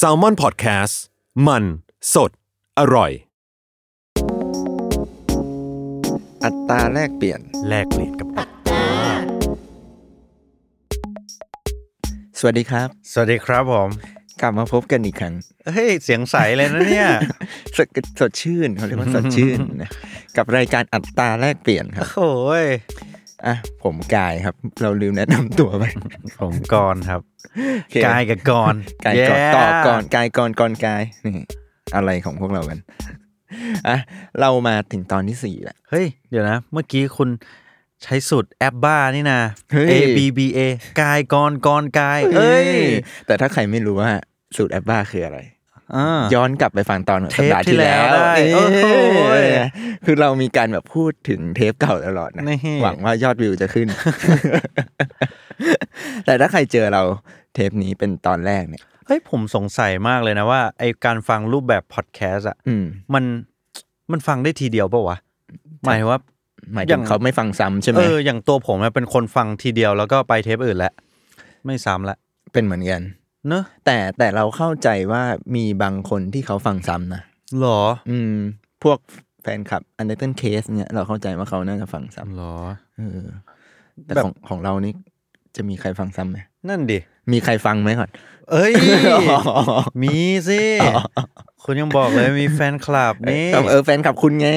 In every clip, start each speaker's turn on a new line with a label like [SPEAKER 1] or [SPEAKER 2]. [SPEAKER 1] s a l m o n PODCAST มันสดอร่อย
[SPEAKER 2] อัตราแลกเปลี่ยน
[SPEAKER 1] แลกเปลี่ยนกับ
[SPEAKER 2] สวัสดีครับ
[SPEAKER 3] สวัสดีครับผม
[SPEAKER 2] กลับมาพบกันอีกครั้ง
[SPEAKER 3] เฮ้ย เสียงใสเลยนะเนี่ย
[SPEAKER 2] สดสดชื่นเขาเรียกว่าสดชื่ นนะ กับรายการอัตราแลกเปลี่ยนครับ
[SPEAKER 3] โอ้ย
[SPEAKER 2] อ่ะ ผมกายครับ เราลืมแนะนำตัวไป
[SPEAKER 3] ผมกรณ์ครับ
[SPEAKER 2] โอเค
[SPEAKER 3] กายกับกรณ์
[SPEAKER 2] กาย
[SPEAKER 3] Yeah
[SPEAKER 2] ก่อนต่อก่อน กายก่อนก่อนกาย นี่ อะไรของพวกเรากัน อ่ะ เรามาถึงตอนที่สี่แล้ว
[SPEAKER 3] เฮ้ย เดี๋ยวนะ เมื่อกี้คุณใช้สูตรแอปบ้านี่นะ
[SPEAKER 2] เฮ้ย
[SPEAKER 3] A B B A กายกรณ์กรณ์กาย เอ้ย
[SPEAKER 2] แต่ถ้าใครไม่รู้ว่าสูตรแอปบ้าคืออะไร
[SPEAKER 3] อ่า
[SPEAKER 2] ย้อนกลับไปฟังตอน
[SPEAKER 3] เทป
[SPEAKER 2] สัปดาห์
[SPEAKER 3] ที่
[SPEAKER 2] ที่
[SPEAKER 3] แล้
[SPEAKER 2] แล้วว
[SPEAKER 3] ได้
[SPEAKER 2] เอ้ย
[SPEAKER 3] โอ้โห
[SPEAKER 2] คือเรามีการแบบพูดถึงเทปเก่าตลอดนะ
[SPEAKER 3] นี่
[SPEAKER 2] หวังว่ายอดวิวจะขึ้น แต่ถ้าใครเจอเราเทปนี้เป็นตอนแรกเนี่ย
[SPEAKER 3] เฮ้ย ผมสงสัยมากเลยนะว่าไอการฟังรูปแบบพอดแคสต์อ่ะ
[SPEAKER 2] อืม
[SPEAKER 3] มันมันฟังได้ทีเดียวปะวะ หมายถึงว่า
[SPEAKER 2] หมาย
[SPEAKER 3] อ
[SPEAKER 2] ถึ
[SPEAKER 3] ย่าง ง
[SPEAKER 2] เขาไม่ฟังซ้ำใช่ไหม
[SPEAKER 3] เออ อย่างตัวผมอะเป็นคนฟังทีเดียวแล้วก็ไปเทปอื่นแล้ว ไม่ซ้ำละ
[SPEAKER 2] เป็นเหมือนกัน
[SPEAKER 3] เนอะ
[SPEAKER 2] แต่แต่เราเข้าใจว่ามีบางคนที่เขาฟังซ้ำนะ
[SPEAKER 3] หรอ
[SPEAKER 2] อืม พวกแฟนคลับอันเดอร์เทนเคสเนี่ยเราเข้าใจว่าเขาน่าจะฟังซ้
[SPEAKER 3] หรอ
[SPEAKER 2] ำเออ แต่
[SPEAKER 3] แบบ
[SPEAKER 2] ของของเรานี่จะมีใครฟังซ้ำไหม
[SPEAKER 3] นั่นดิ
[SPEAKER 2] มีใครฟังไหมก่อน
[SPEAKER 3] เอ้ย มีสิ
[SPEAKER 2] อ๋อ
[SPEAKER 3] คุณยังบอกเลยมีแฟนคลับนี่
[SPEAKER 2] เออเออแฟนคลับคุณไง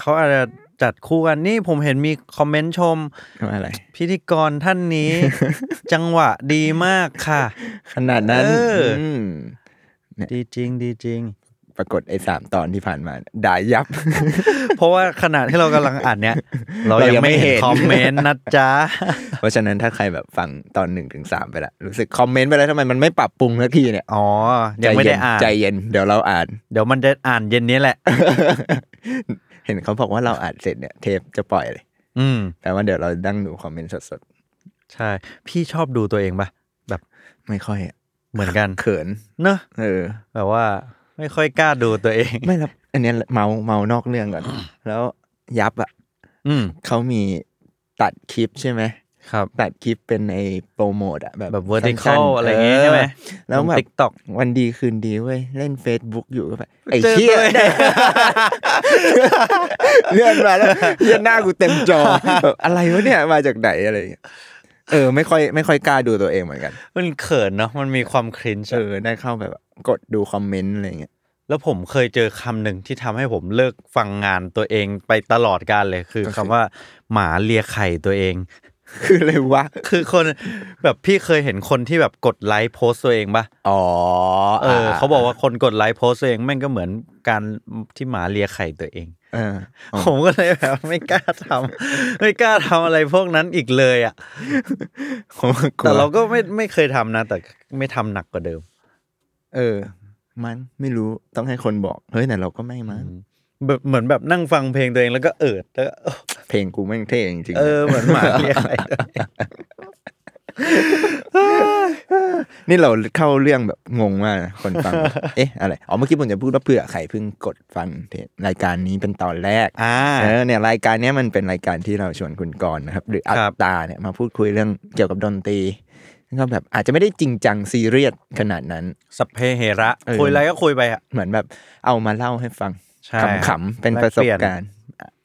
[SPEAKER 3] เขาอาจจะจัดคู่กันนี่ผมเห็นมีคอมเมนต์ชม
[SPEAKER 2] ทำอะไร
[SPEAKER 3] พิธีกรท่านนี้ จังหวะดีมากค่ะ
[SPEAKER 2] ขนาดนั้น
[SPEAKER 3] เอออื
[SPEAKER 2] ม
[SPEAKER 3] ดีจริงดีจริง
[SPEAKER 2] ปรากฏไอ้สามตอนที่ผ่านมาด่ายับ
[SPEAKER 3] เพราะว่าขณะที่เรากำลังอัดเนี่ย เรา
[SPEAKER 2] เรายั
[SPEAKER 3] ยัง ง
[SPEAKER 2] ไม่
[SPEAKER 3] ไม่
[SPEAKER 2] เห็
[SPEAKER 3] เห็น
[SPEAKER 2] น
[SPEAKER 3] คอมเมนต์นะ จ๊ะ
[SPEAKER 2] เพราะฉะนั้นถ้าใครแบบฟังตอนหนึ่งถึงสามไปละรู้สึกคอมเมนต์ไปแล้วทำไมมันไม่ปรับปรุงสักทีเนี่ย
[SPEAKER 3] อ๋อ ยังไม่ได้อ่าน
[SPEAKER 2] ใจเย็นใจเย็น เดี๋ยวเราอ่าน
[SPEAKER 3] เดี๋ยวมันจะอ่านเย็นนี้แหละ
[SPEAKER 2] เห็นเขาบอกว่าเราอ่านเสร็จเนี่ย เทปจะปล่อยเลย
[SPEAKER 3] อืม
[SPEAKER 2] แต่ว่าเดี๋ยวเราดั้งดูคอมเมนต์สด
[SPEAKER 3] ใช่ พี่ชอบดูตัวเองปะแบบ
[SPEAKER 2] ๆ ไม่ค่อยอะ
[SPEAKER 3] เหมือน กัน
[SPEAKER 2] เขิน
[SPEAKER 3] เนอะ
[SPEAKER 2] เออ
[SPEAKER 3] แบบว่าไม่ค่อยกล้าดูตัวเอง
[SPEAKER 2] ไม่รับอันเนี้ยเมาเมานอกเรื่องก่อน แล้วยับอ่ะ
[SPEAKER 3] อืม
[SPEAKER 2] เขามีตัดคลิปใช่ไหม
[SPEAKER 3] ครับ
[SPEAKER 2] ตัดคลิปเป็นไอ้โปรโมทอะแบบ
[SPEAKER 3] แบบ
[SPEAKER 2] สั้น
[SPEAKER 3] vertical
[SPEAKER 2] ๆ
[SPEAKER 3] อะไรอย่างงี้ใช่ไหม
[SPEAKER 2] เออแล้วแบบ
[SPEAKER 3] ติ๊กต็อก
[SPEAKER 2] วันดีคืนดีเว้ย เล่น Facebook อยู่ก็แบบไอ้
[SPEAKER 3] เจอ
[SPEAKER 2] เหี้ย
[SPEAKER 3] ตัวเอง
[SPEAKER 2] เลื่อนมาแล้วเหี้ยหน้ากูเต็มจอแบบอะไรวะเนี่ยมาจากไหนอะไรอย่างเงี้ยเออ ไม่ค่อยไม่ค่อยกล้าดูตัวเองเหมือนกัน
[SPEAKER 3] มันเขินเนาะมันมีความครินช
[SPEAKER 2] เออ ได้เข้าแบบกดดูคอมเมนต์อะไรอย่างเงี้ย
[SPEAKER 3] แล้วผมเคยเจอคำหนึ่งที่ทำให้ผมเลิกฟังงานตัวเองไปตลอดกาลเลยคือคำว่า หมาเลียไข่ตัวเอง
[SPEAKER 2] คือเลยวะ
[SPEAKER 3] คือคนแบบพี่เคยเห็นคนที่แบบกดไลค์โพสต์ตัวเองปะ
[SPEAKER 2] อ๋อ
[SPEAKER 3] เออเขาบอกว่าคนกดไลค์โพสต์ตัวเองแม่งก็เหมือนการที่หมาเลียไข่ตัวเอง
[SPEAKER 2] เออ
[SPEAKER 3] ผมก็เลยแบบไม่กล้าทำไม่กล้าทำอะไรพวกนั้นอีกเลยอ่ะ
[SPEAKER 2] ผมว่กลัว
[SPEAKER 3] แต่เราก็ไม่ไม่เคยทำนะ แต่ไม่ทำหนักกว่าเดิม
[SPEAKER 2] เออ มันไม่รู้ต้องให้คนบอกเฮ้ยแต่เราก็ไม่มั้ง
[SPEAKER 3] แบบเหมือนแบบนั่งฟังเพลงตัวเองแล้วก็เอิดแล้วก็
[SPEAKER 2] เพลงกูแม่งเท่จริงๆ
[SPEAKER 3] เออเหมือนหมาเรียกอะไร
[SPEAKER 2] นี่เราเข้าเรื่องแบบงงมากนะคน ฟัง เอ๊ะอะไร อ๋อเมื่อกี้ผมจะพูดว่าเผื่อใครเพิ่งกดฟังเทปรายการนี้เป็นตอนแรก
[SPEAKER 3] อ่า
[SPEAKER 2] เออเนี่ยรายการเนี้ยมันเป็นรายการที่เราชวนคุณกรณ์นะครับ หรืออั
[SPEAKER 3] ครับ
[SPEAKER 2] ตตาเนี่ยมาพูดคุยเรื่องเกี่ยวกับดนตรีก็แบบอาจจะไม่ได้จริงจังซีเรียสขนาดนั้น
[SPEAKER 3] สัพเพเหระ
[SPEAKER 2] เออ
[SPEAKER 3] คุยอะไรก็คุยไปอ่ะ
[SPEAKER 2] เหมือนแบบเอามาเล่าให้ฟัง
[SPEAKER 3] ใช่
[SPEAKER 2] ขำๆเป็นประสบการณ์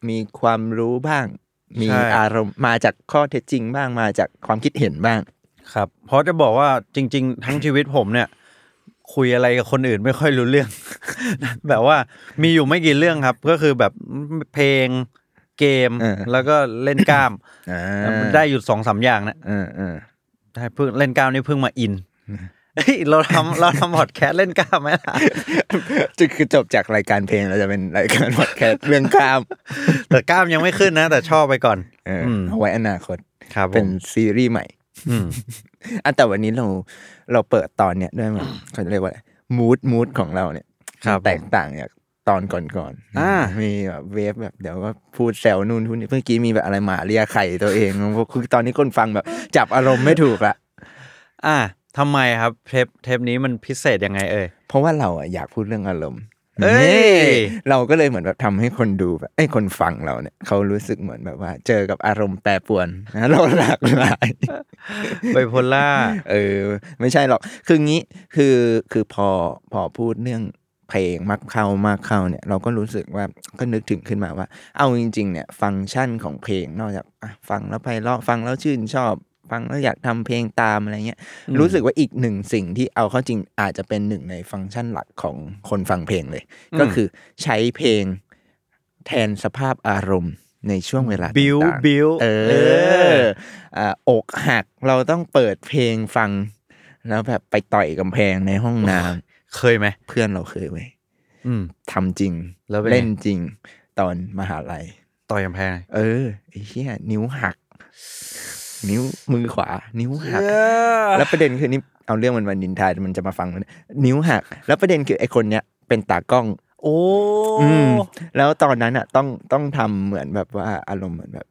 [SPEAKER 2] มีความรู้บ้าง มี
[SPEAKER 3] ใช่
[SPEAKER 2] อารมณ์มาจากข้อเท็จจริงบ้างมาจากความคิดเห็นบ้าง
[SPEAKER 3] ครับ เพราะจะบอกว่าจริง ๆ ทั้งชีวิตผมเนี่ย คุยอะไรกับคนอื่นไม่ค่อยรู้เรื่อง แบบว่ามีอยู่ไม่กี่เรื่องครับ ก็คือแบบเพลงเกม
[SPEAKER 2] เออ
[SPEAKER 3] แล้วก็เล่นกล้าม
[SPEAKER 2] อ่า
[SPEAKER 3] มันได้อยู่สองสามอย่างนะ
[SPEAKER 2] เออเออ
[SPEAKER 3] ได้เพิ่งเล่นกล้ามนี่เพิ่งมาอิ นเฮ้ยเราทำเราทำพอดแคสต์เล่นกล้ามไหมล่ะ
[SPEAKER 2] จะคือจบจากรายการเพลงเราจะเป็นรายการพอดแคส ต์เรื่องข้าม
[SPEAKER 3] แต่กล้ามยังไม่ขึ้นนะ แต่ชอบไปก่อน
[SPEAKER 2] เออ
[SPEAKER 3] ม
[SPEAKER 2] เอาไว้อนาคต
[SPEAKER 3] ครับผ
[SPEAKER 2] เป็น
[SPEAKER 3] ม
[SPEAKER 2] ซีรีส์ใหม่
[SPEAKER 3] อืม
[SPEAKER 2] อ่ะแต่วันนี้เราเราเปิดตอนเนี้ยด้วยมั้ยเขาเรียกว่ามูดมูดของเราเนี่ย
[SPEAKER 3] ครับ
[SPEAKER 2] แตกต่างจากตอนก่อนๆ
[SPEAKER 3] อ่า
[SPEAKER 2] มีแบบเวฟแบบเดี๋ยวก็พูดแซวนู่นพูดนี่เมื่อกี้มีแบบอะไรหมาเรียไข่ตัวเอง คือตอนนี้คนฟังแบบ จับอารมณ์ไม่ถูกละ
[SPEAKER 3] อ่ะทำไมครับเทปเทปนี้มันพิเศษยังไงเอ่ย
[SPEAKER 2] เพราะว่าเราอะอยากพูดเรื่องอารมณ์
[SPEAKER 3] เอ้ย
[SPEAKER 2] นี่เราก็เลยเหมือนแบบทำให้คนดูแบบไอ้ยคนฟังเราเนี่ยเขารู้สึกเหมือนแบบว่า เจอกับอารมณ์แปรปรวนนะเราหลากหลาย
[SPEAKER 3] ไบโพ ล่า
[SPEAKER 2] เออ ไม่ใช่หรอก คืองี้คือคือพอพอพูดเรื่องเพลงมากเข้ามากเข้าเนี่ย เราก็รู้สึกว่าก็นึกถึงขึ้นมาว่า เอาจริง ๆ เนี่ย ฟังก์ชันของเพลงนอกจากอ่ะฟังแล้วไพเราะฟังแล้วชื่นชอบ ฟังแล้วอยากทำเพลงตามอะไรเงี้ย
[SPEAKER 3] อืม
[SPEAKER 2] รู้สึกว่าอีกหนึ่งสิ่งที่เอาเข้าจริงอาจจะเป็นหนึ่งในฟังก์ชันหลักของคนฟังเพลงเลย ก็คือใช้เพลงแทนสภาพอารมณ์ในช่วงเวลา
[SPEAKER 3] บิว
[SPEAKER 2] ต่างๆ
[SPEAKER 3] บิว
[SPEAKER 2] เอออ่ะอกหักเราต้องเปิดเพลงฟัง แล้วแบบไปต่อยกำแพงในห้องน้
[SPEAKER 3] เคยไหม
[SPEAKER 2] ำ เพื่อนเราเคยไว้ย
[SPEAKER 3] อืม
[SPEAKER 2] ทำจริง
[SPEAKER 3] แล้วเป็นไง
[SPEAKER 2] เล่นจริงตอนมหาลัย
[SPEAKER 3] ต่อยกำแพง
[SPEAKER 2] เออไอ้เหี้ยนิ้วหัก นิ้วมือขวา นิ้วหัก แล้วประเด็นคือนี่เอาเรื่องมันมานินทามันจะมาฟังมันนิ้วหัก แล้วประเด็นคือไอ้คนเนี้ยเป็นตากล้อง
[SPEAKER 3] โอ้
[SPEAKER 2] อืมแล้วตอนนั้นอ่ะต้องต้องทำเหมือนแบบว่าอารมณ์เหมือนแบบ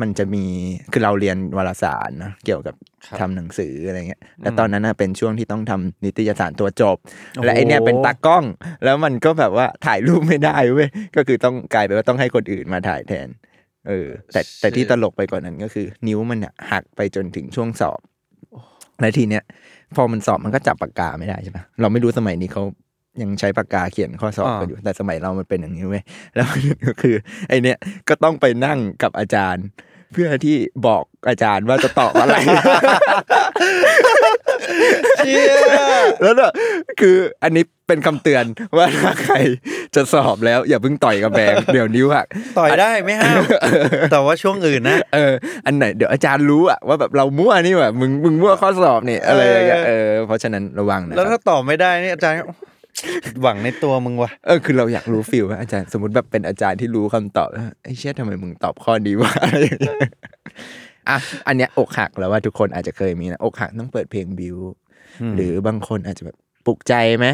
[SPEAKER 2] มันจะมีคือเราเรียนวารสารนะเกี่ยวกับทำหนังสืออะไรเงี้ยแล้วตอนนั้นอ่ะเป็นช่วงที่ต้องทำนิตยสารตัวจบ และไอเนี้ยเป็นตากล้อง แล้วมันก็แบบว่าถ่ายรูปไม่ได้เว้ยก็คือต้องกลายไปนว่าต้องให้คนอื่นมาถ่ายแทน เออ แต่แต่ที่ตลกไปกว่านั้นก็คือ นิ้วมันอ่ะหักไปจนถึงช่วงสอบและทีเนี้ยพอมันสอบมันก็จับปากกาไม่ได้ใช่ปะเราไม่รู้สมัยนี้เขายังใช้ปากกาเขียนข้อสอบกันอยู่แต่สมัยเรามันเป็นอย่างนี้เว้ยแล้วมันก็คือ ไอเนี้ยก็ต้องไปนั่งกับอาจารย์ เพื่อที่บอกอาจารย์ว่าจะตอบอะไร
[SPEAKER 3] เชี่ย
[SPEAKER 2] แล้วน่ะคืออันนี้เป็นคำเตือนว่าถ้าใครจะสอบแล้ว อย่าเพิ่งต่อยกับแบง เดี๋ยวนิ้วหัก
[SPEAKER 3] ต่อยได้ไม่ห้ามแต่ว่าช่วงอื่นนะ
[SPEAKER 2] เอออันไหนเดี๋ยวอาจารย์รู้อะว่าแบบเรามั่วนี่ว่ะมึงมึงมั่วข้อสอบนี่อะไรอย่างเงี้ย
[SPEAKER 3] เอ
[SPEAKER 2] เอ
[SPEAKER 3] อ
[SPEAKER 2] อเพราะฉะนั้นระวังนะ
[SPEAKER 3] แล้ว
[SPEAKER 2] ครั
[SPEAKER 3] ถ้า
[SPEAKER 2] บ
[SPEAKER 3] ตอบไม่ได้นี่อาจารย์ก็ผิด หวังในตัวมึงว่ะ
[SPEAKER 2] เออคือเราอยากรู้ฟิลว่าอาจารย์สมมติแบบเป็นอาจารย์ที่รู้คำตอบแล้วไอ้เชี่ยทำไมมึงตอบข้อนี้วะอะไรอย่างเงี้ยอ่ะอันเนี้ยอกหักแล้วว่าทุกคนอาจจะเคยมีนะอกหักต้องเปิดเพลงบิว หรือบางคนอาจจะแบบปลุกใจไหม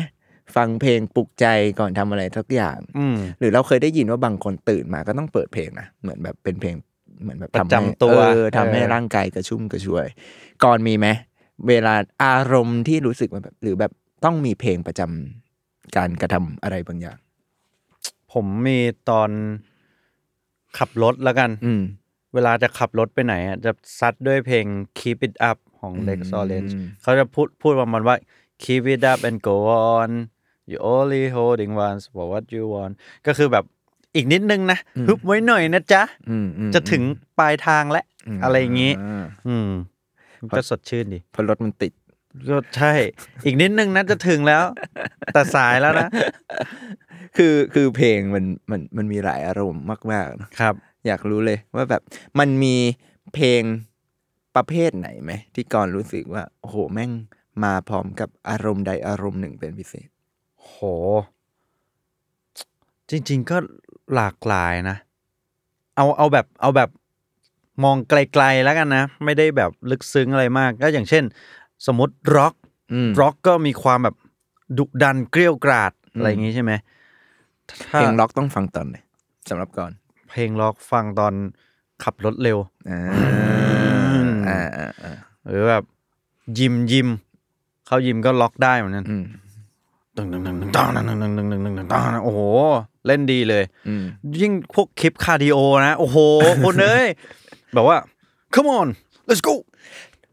[SPEAKER 2] ฟังเพลงปลุกใจก่อนทำอะไรสักอย่าง
[SPEAKER 3] อืม
[SPEAKER 2] หรือเราเคยได้ยินว่าบางคนตื่นมาก็ต้องเปิดเพลงนะเหมือนแบบเป็นเพลงเหมือนแบบทำให้
[SPEAKER 3] ประจำตัว
[SPEAKER 2] เออทำให้
[SPEAKER 3] เออ
[SPEAKER 2] ร่างกายกระชุ่มกระชวย ก่อนมีไหมเวลาอารมณ์ที่รู้สึกมันแบบ หรือแบบต้องมีเพลงประจำการกระทำอะไรบางอย่าง
[SPEAKER 3] ผมมีตอนขับรถแล้วกัน
[SPEAKER 2] อืม
[SPEAKER 3] เวลาจะขับรถไปไหนอ่ะจะซัดด้วยเพลง Keep It Up ของ Lex Orange
[SPEAKER 2] อืม
[SPEAKER 3] เขาจะพูดพูดประมาณว่า Keep It Up and Go On You only holding once for what you want ก็คือแบบอีกนิดนึงนะฮึบไว้หน่อยนะจ๊ะ
[SPEAKER 2] อืมอืม
[SPEAKER 3] จะถึงปลายทางแล้ว อะไรอย่างงี้
[SPEAKER 2] ม
[SPEAKER 3] อืมมันก็สดชื่นดี
[SPEAKER 2] เพราะรถมันติด
[SPEAKER 3] ก็ใช่ อีกนิดนึงนะจะถึงแล้ว แต่สายแล้วนะ
[SPEAKER 2] คือคือเพลงมันมันมันมีหลายอารมณ์มากๆเนอะ
[SPEAKER 3] ครับ
[SPEAKER 2] อยากรู้เลยว่าแบบมันมีเพลงประเภทไหนไหม ที่ก่อนรู้สึกว่า โอ้โห แม่งมาพร้อมกับอารมณ์ใดอารมณ์หนึ่งเป็นพิเศษ
[SPEAKER 3] โห จริง ๆ ก็หลากหลายนะ เอาเอาแบบเอาแบบมองไกลๆแล้วกันนะ ไม่ได้แบบลึกซึ้งอะไรมาก ก็อย่างเช่น สมมติร็อก
[SPEAKER 2] อืม
[SPEAKER 3] ร็อกก็มีความแบบดุดันเกรี้ยวกราด อะไรอย่างงี้ใช่ไหมถ้า
[SPEAKER 2] เพลงล็อกต้องฟังตอนไหนสำหรับก่อน
[SPEAKER 3] เพลงร็อกฟังตอนขับรถเร็ว
[SPEAKER 2] อ่าม อ่าอ่าอ่า
[SPEAKER 3] หรือแบบยิมยิมเข้ายิมก็ล็อกได้เหมือนกัน
[SPEAKER 2] อืม
[SPEAKER 3] ตึงตึงตึงตึงตึงตึงตึงตึงตึงตึงตึงตึงโอ้โห เล่นดีเลย
[SPEAKER 2] อืม
[SPEAKER 3] ยิ่งพวกคลิปคาร์ดิโอนะ โอ้โห คนเอ้ย แบบว่า come on let's go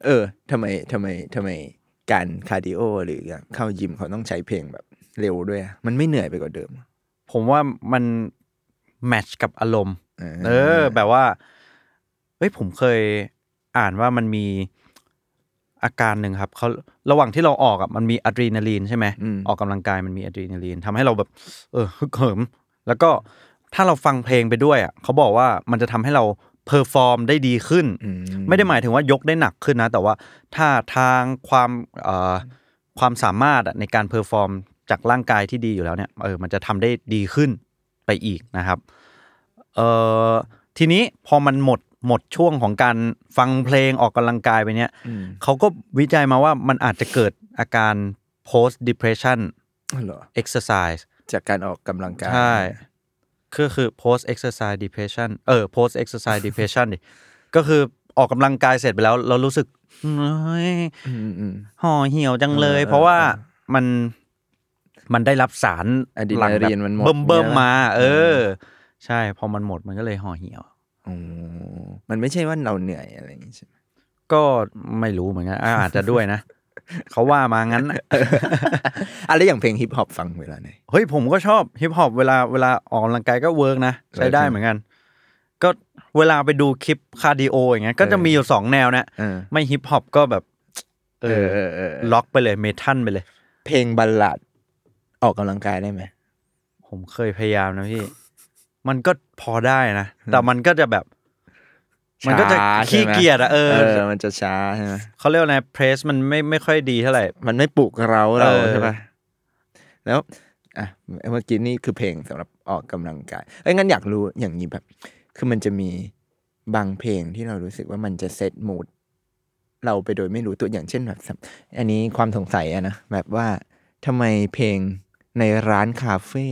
[SPEAKER 2] เออทำไมทำไมทำไมการคาร์ดิโอหรือเข้ายิมเขาต้องใช้เพลงแบบเร็วด้วยอะมันไม่เหนื่อยไปกว่าเดิมอะ
[SPEAKER 3] ผมว่ามันแมทช์กับอารมณ์
[SPEAKER 2] เออ
[SPEAKER 3] เออ แบบว่า เฮ้ย ผมเคยอ่านว่ามันมีอาการหนึ่งครับ เขาระหว่างที่เราออกอ่ะ มันมีอะดรีนาลีนใช่ไหม
[SPEAKER 2] ม
[SPEAKER 3] ออกกำลังกายมันมีอะดรีนาลีนทำให้เราแบบ เออฮึกเหิม แล้วก็ถ้าเราฟังเพลงไปด้วยอ่ะ เขาบอกว่ามันจะทำให้เราเพอร์ฟอร์มได้ดีขึ้น
[SPEAKER 2] อื
[SPEAKER 3] ไม่ได้หมายถึงว่ายกได้หนักขึ้นนะ แต่ว่าท่าทางความเอ่อความสามารถอะในการเพอร์ฟอร์มจากร่างกายที่ดีอยู่แล้วเนี่ยเออมันจะทำได้ดีขึ้นไปอีกนะครับเอ่อทีนี้พอมันหมด หมดช่วงของการฟังเพลงออกกำลังกายไปเนี่ย
[SPEAKER 2] อืม
[SPEAKER 3] เขาก็วิจัยมาว่ามันอาจจะเกิดอาการ post depression
[SPEAKER 2] อ๋อเหรอ
[SPEAKER 3] exercise
[SPEAKER 2] จากการออกกำลังกาย
[SPEAKER 3] ใช่ ก็คือ post exercise depression เออ post exercise depression ดิ ก็คือออกกำลังกายเสร็จไปแล้ว เรารู้สึกเฮ้ย
[SPEAKER 2] อืมอืม
[SPEAKER 3] ห่อเหี่ยวจังเลย
[SPEAKER 2] เออ
[SPEAKER 3] เพราะว่า
[SPEAKER 2] เออ
[SPEAKER 3] มันมันได้รับสาร
[SPEAKER 2] อะดรี
[SPEAKER 3] หลัง
[SPEAKER 2] นาลีนมันหมด
[SPEAKER 3] เบิ่มเบิ่ม
[SPEAKER 2] ใช่ไหม
[SPEAKER 3] มา เออ ใช่ พอมันหมดมันก็เลยห่อเหี่ยว
[SPEAKER 2] โอ้มันไม่ใช่ว่าเราเหนื่อยอะไรอย่างงี้ใช่ไหม
[SPEAKER 3] ก็ไม่รู้เหมือนกันอ่ะอาจจะด้วยนะ เขาว่ามางั้นน่ะ
[SPEAKER 2] อะไรอย่างเพลงฮิปฮอปฟังเวลาไหน
[SPEAKER 3] เฮ้ยผมก็ชอบฮิปฮอปเวลาเวลาออกกำลังกายก็เวิร์กนะ ใช้ได้เหมือนกัน ก็เวลาไปดูคลิปคาร์ดิโออย่างเงี้ยก็จะมีอยู่สองแนวนะ
[SPEAKER 2] เออ
[SPEAKER 3] ไม่ฮิปฮอปก็แบบ เอ
[SPEAKER 2] เอ
[SPEAKER 3] อ
[SPEAKER 2] อเออเออ
[SPEAKER 3] ล็อกไปเลยเมทัลไปเลย
[SPEAKER 2] เพลงบัลลัดออกกำลังกายได้ไหม
[SPEAKER 3] ผมเคยพยายามนะพี่ มันก็พอได้นะ แต่มันก็จะแบบ มันก็จะ
[SPEAKER 2] ช้าใช่
[SPEAKER 3] ขี้
[SPEAKER 2] ไหม
[SPEAKER 3] เกียจอะเอ
[SPEAKER 2] เอ
[SPEAKER 3] อ
[SPEAKER 2] อ มันจะช้าใช่ไหม
[SPEAKER 3] เขาเรียกว่าไงเพรสมันไม่ไม่ค่อยดีเท่าไหร่
[SPEAKER 2] มันไม่ปลุกเราเรา
[SPEAKER 3] เออ
[SPEAKER 2] ใช่ปะแล้วอ่ะเมื่อกี้นี่คือเพลงสำหรับออกกำลังกายเอ้ยงั้นอยากรู้อย่างนี้แบบ คือมันจะมีบางเพลงที่เรารู้สึกว่ามันจะเซตมูดเราไปโดยไม่รู้ตัวอย่างเช่นแบบสำอันนี้ความสงสัยอะนะแบบว่าทำไมเพลงในร้านคาเฟ่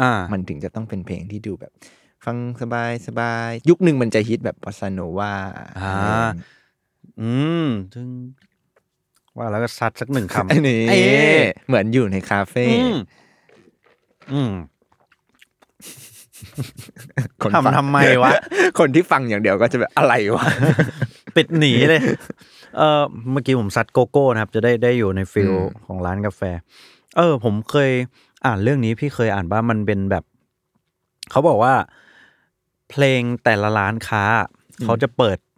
[SPEAKER 3] อ่า
[SPEAKER 2] มันถึงจะต้องเป็นเพลงที่ดูแบบ ฟังสบายสบายยุคหนึ่งมันจะฮิตแบบป o สโนวา
[SPEAKER 3] อ่า อืมถึง ว่าแล้วก็ซัดสักหนึ่งคำ
[SPEAKER 2] ไอ้นี่
[SPEAKER 3] เอ๊ะ
[SPEAKER 2] เหมือนอยู่ในคาเฟ่
[SPEAKER 3] อืมอืม
[SPEAKER 2] คนฟัง
[SPEAKER 3] ทำทำไมวะ
[SPEAKER 2] คนที่ฟังอย่างเดียวก็จะแบบอะไรวะ
[SPEAKER 3] ปิดหนีเลย เออเมื่อกี้ผมซัดโกโก้นะครับ จะได้ได้อยู่ในฟิล
[SPEAKER 2] อืม
[SPEAKER 3] ของร้านกาแฟ เออ ผมเคยอ่านเรื่องนี้พี่เคยอ่านว่ามันเป็นแบบ เขาบอกว่า เพลงแต่ละร้านค้า เขาจะเปิด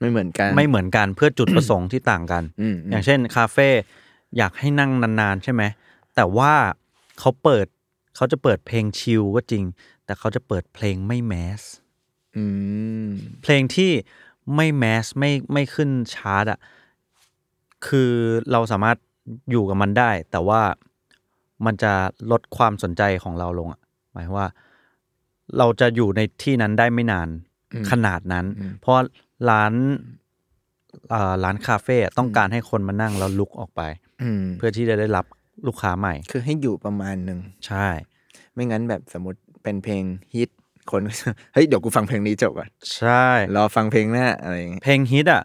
[SPEAKER 2] ไม่เหมือนกัน
[SPEAKER 3] ไม่เหมือนกันเพื่อจุดประสงค์ที่ต่างกัน
[SPEAKER 2] อืม
[SPEAKER 3] อย่างเช่น คาเฟ่อยากให้นั่งนานๆ ใช่ไหม แต่ว่าเขาเปิดเขาจะเปิดเพลงชิลก็จริง แต่เขาจะเปิดเพลงไม่แมส
[SPEAKER 2] อืม
[SPEAKER 3] เพลงที่ไม่แมสไม่ไม่ขึ้นชาร์ตอะคือเราสามารถอยู่กับมันได้ แต่ว่ามันจะลดความสนใจของเราลงอะหมายความว่า เราจะอยู่ในที่นั้นได้ไม่นานขนาดนั้น เพราะร้านอ่าร้านคาเฟ่อะต้องการให้คนมานั่งแล้วลุกออกไป
[SPEAKER 2] อืม
[SPEAKER 3] เพื่อที่จะได้รับลูกค้าใหม่
[SPEAKER 2] คือให้อยู่ประมาณหนึ่ง
[SPEAKER 3] ใช่
[SPEAKER 2] ไม่งั้นแบบสมมติเป็นเพลงฮิตคนก็ จะเฮ้ยเดี๋ยวกูฟังเพลงนี้จบก่อน
[SPEAKER 3] ใช่
[SPEAKER 2] รอฟังเพลงหน้าอะไรอย่างเงี้ย
[SPEAKER 3] เพลงฮิตอะ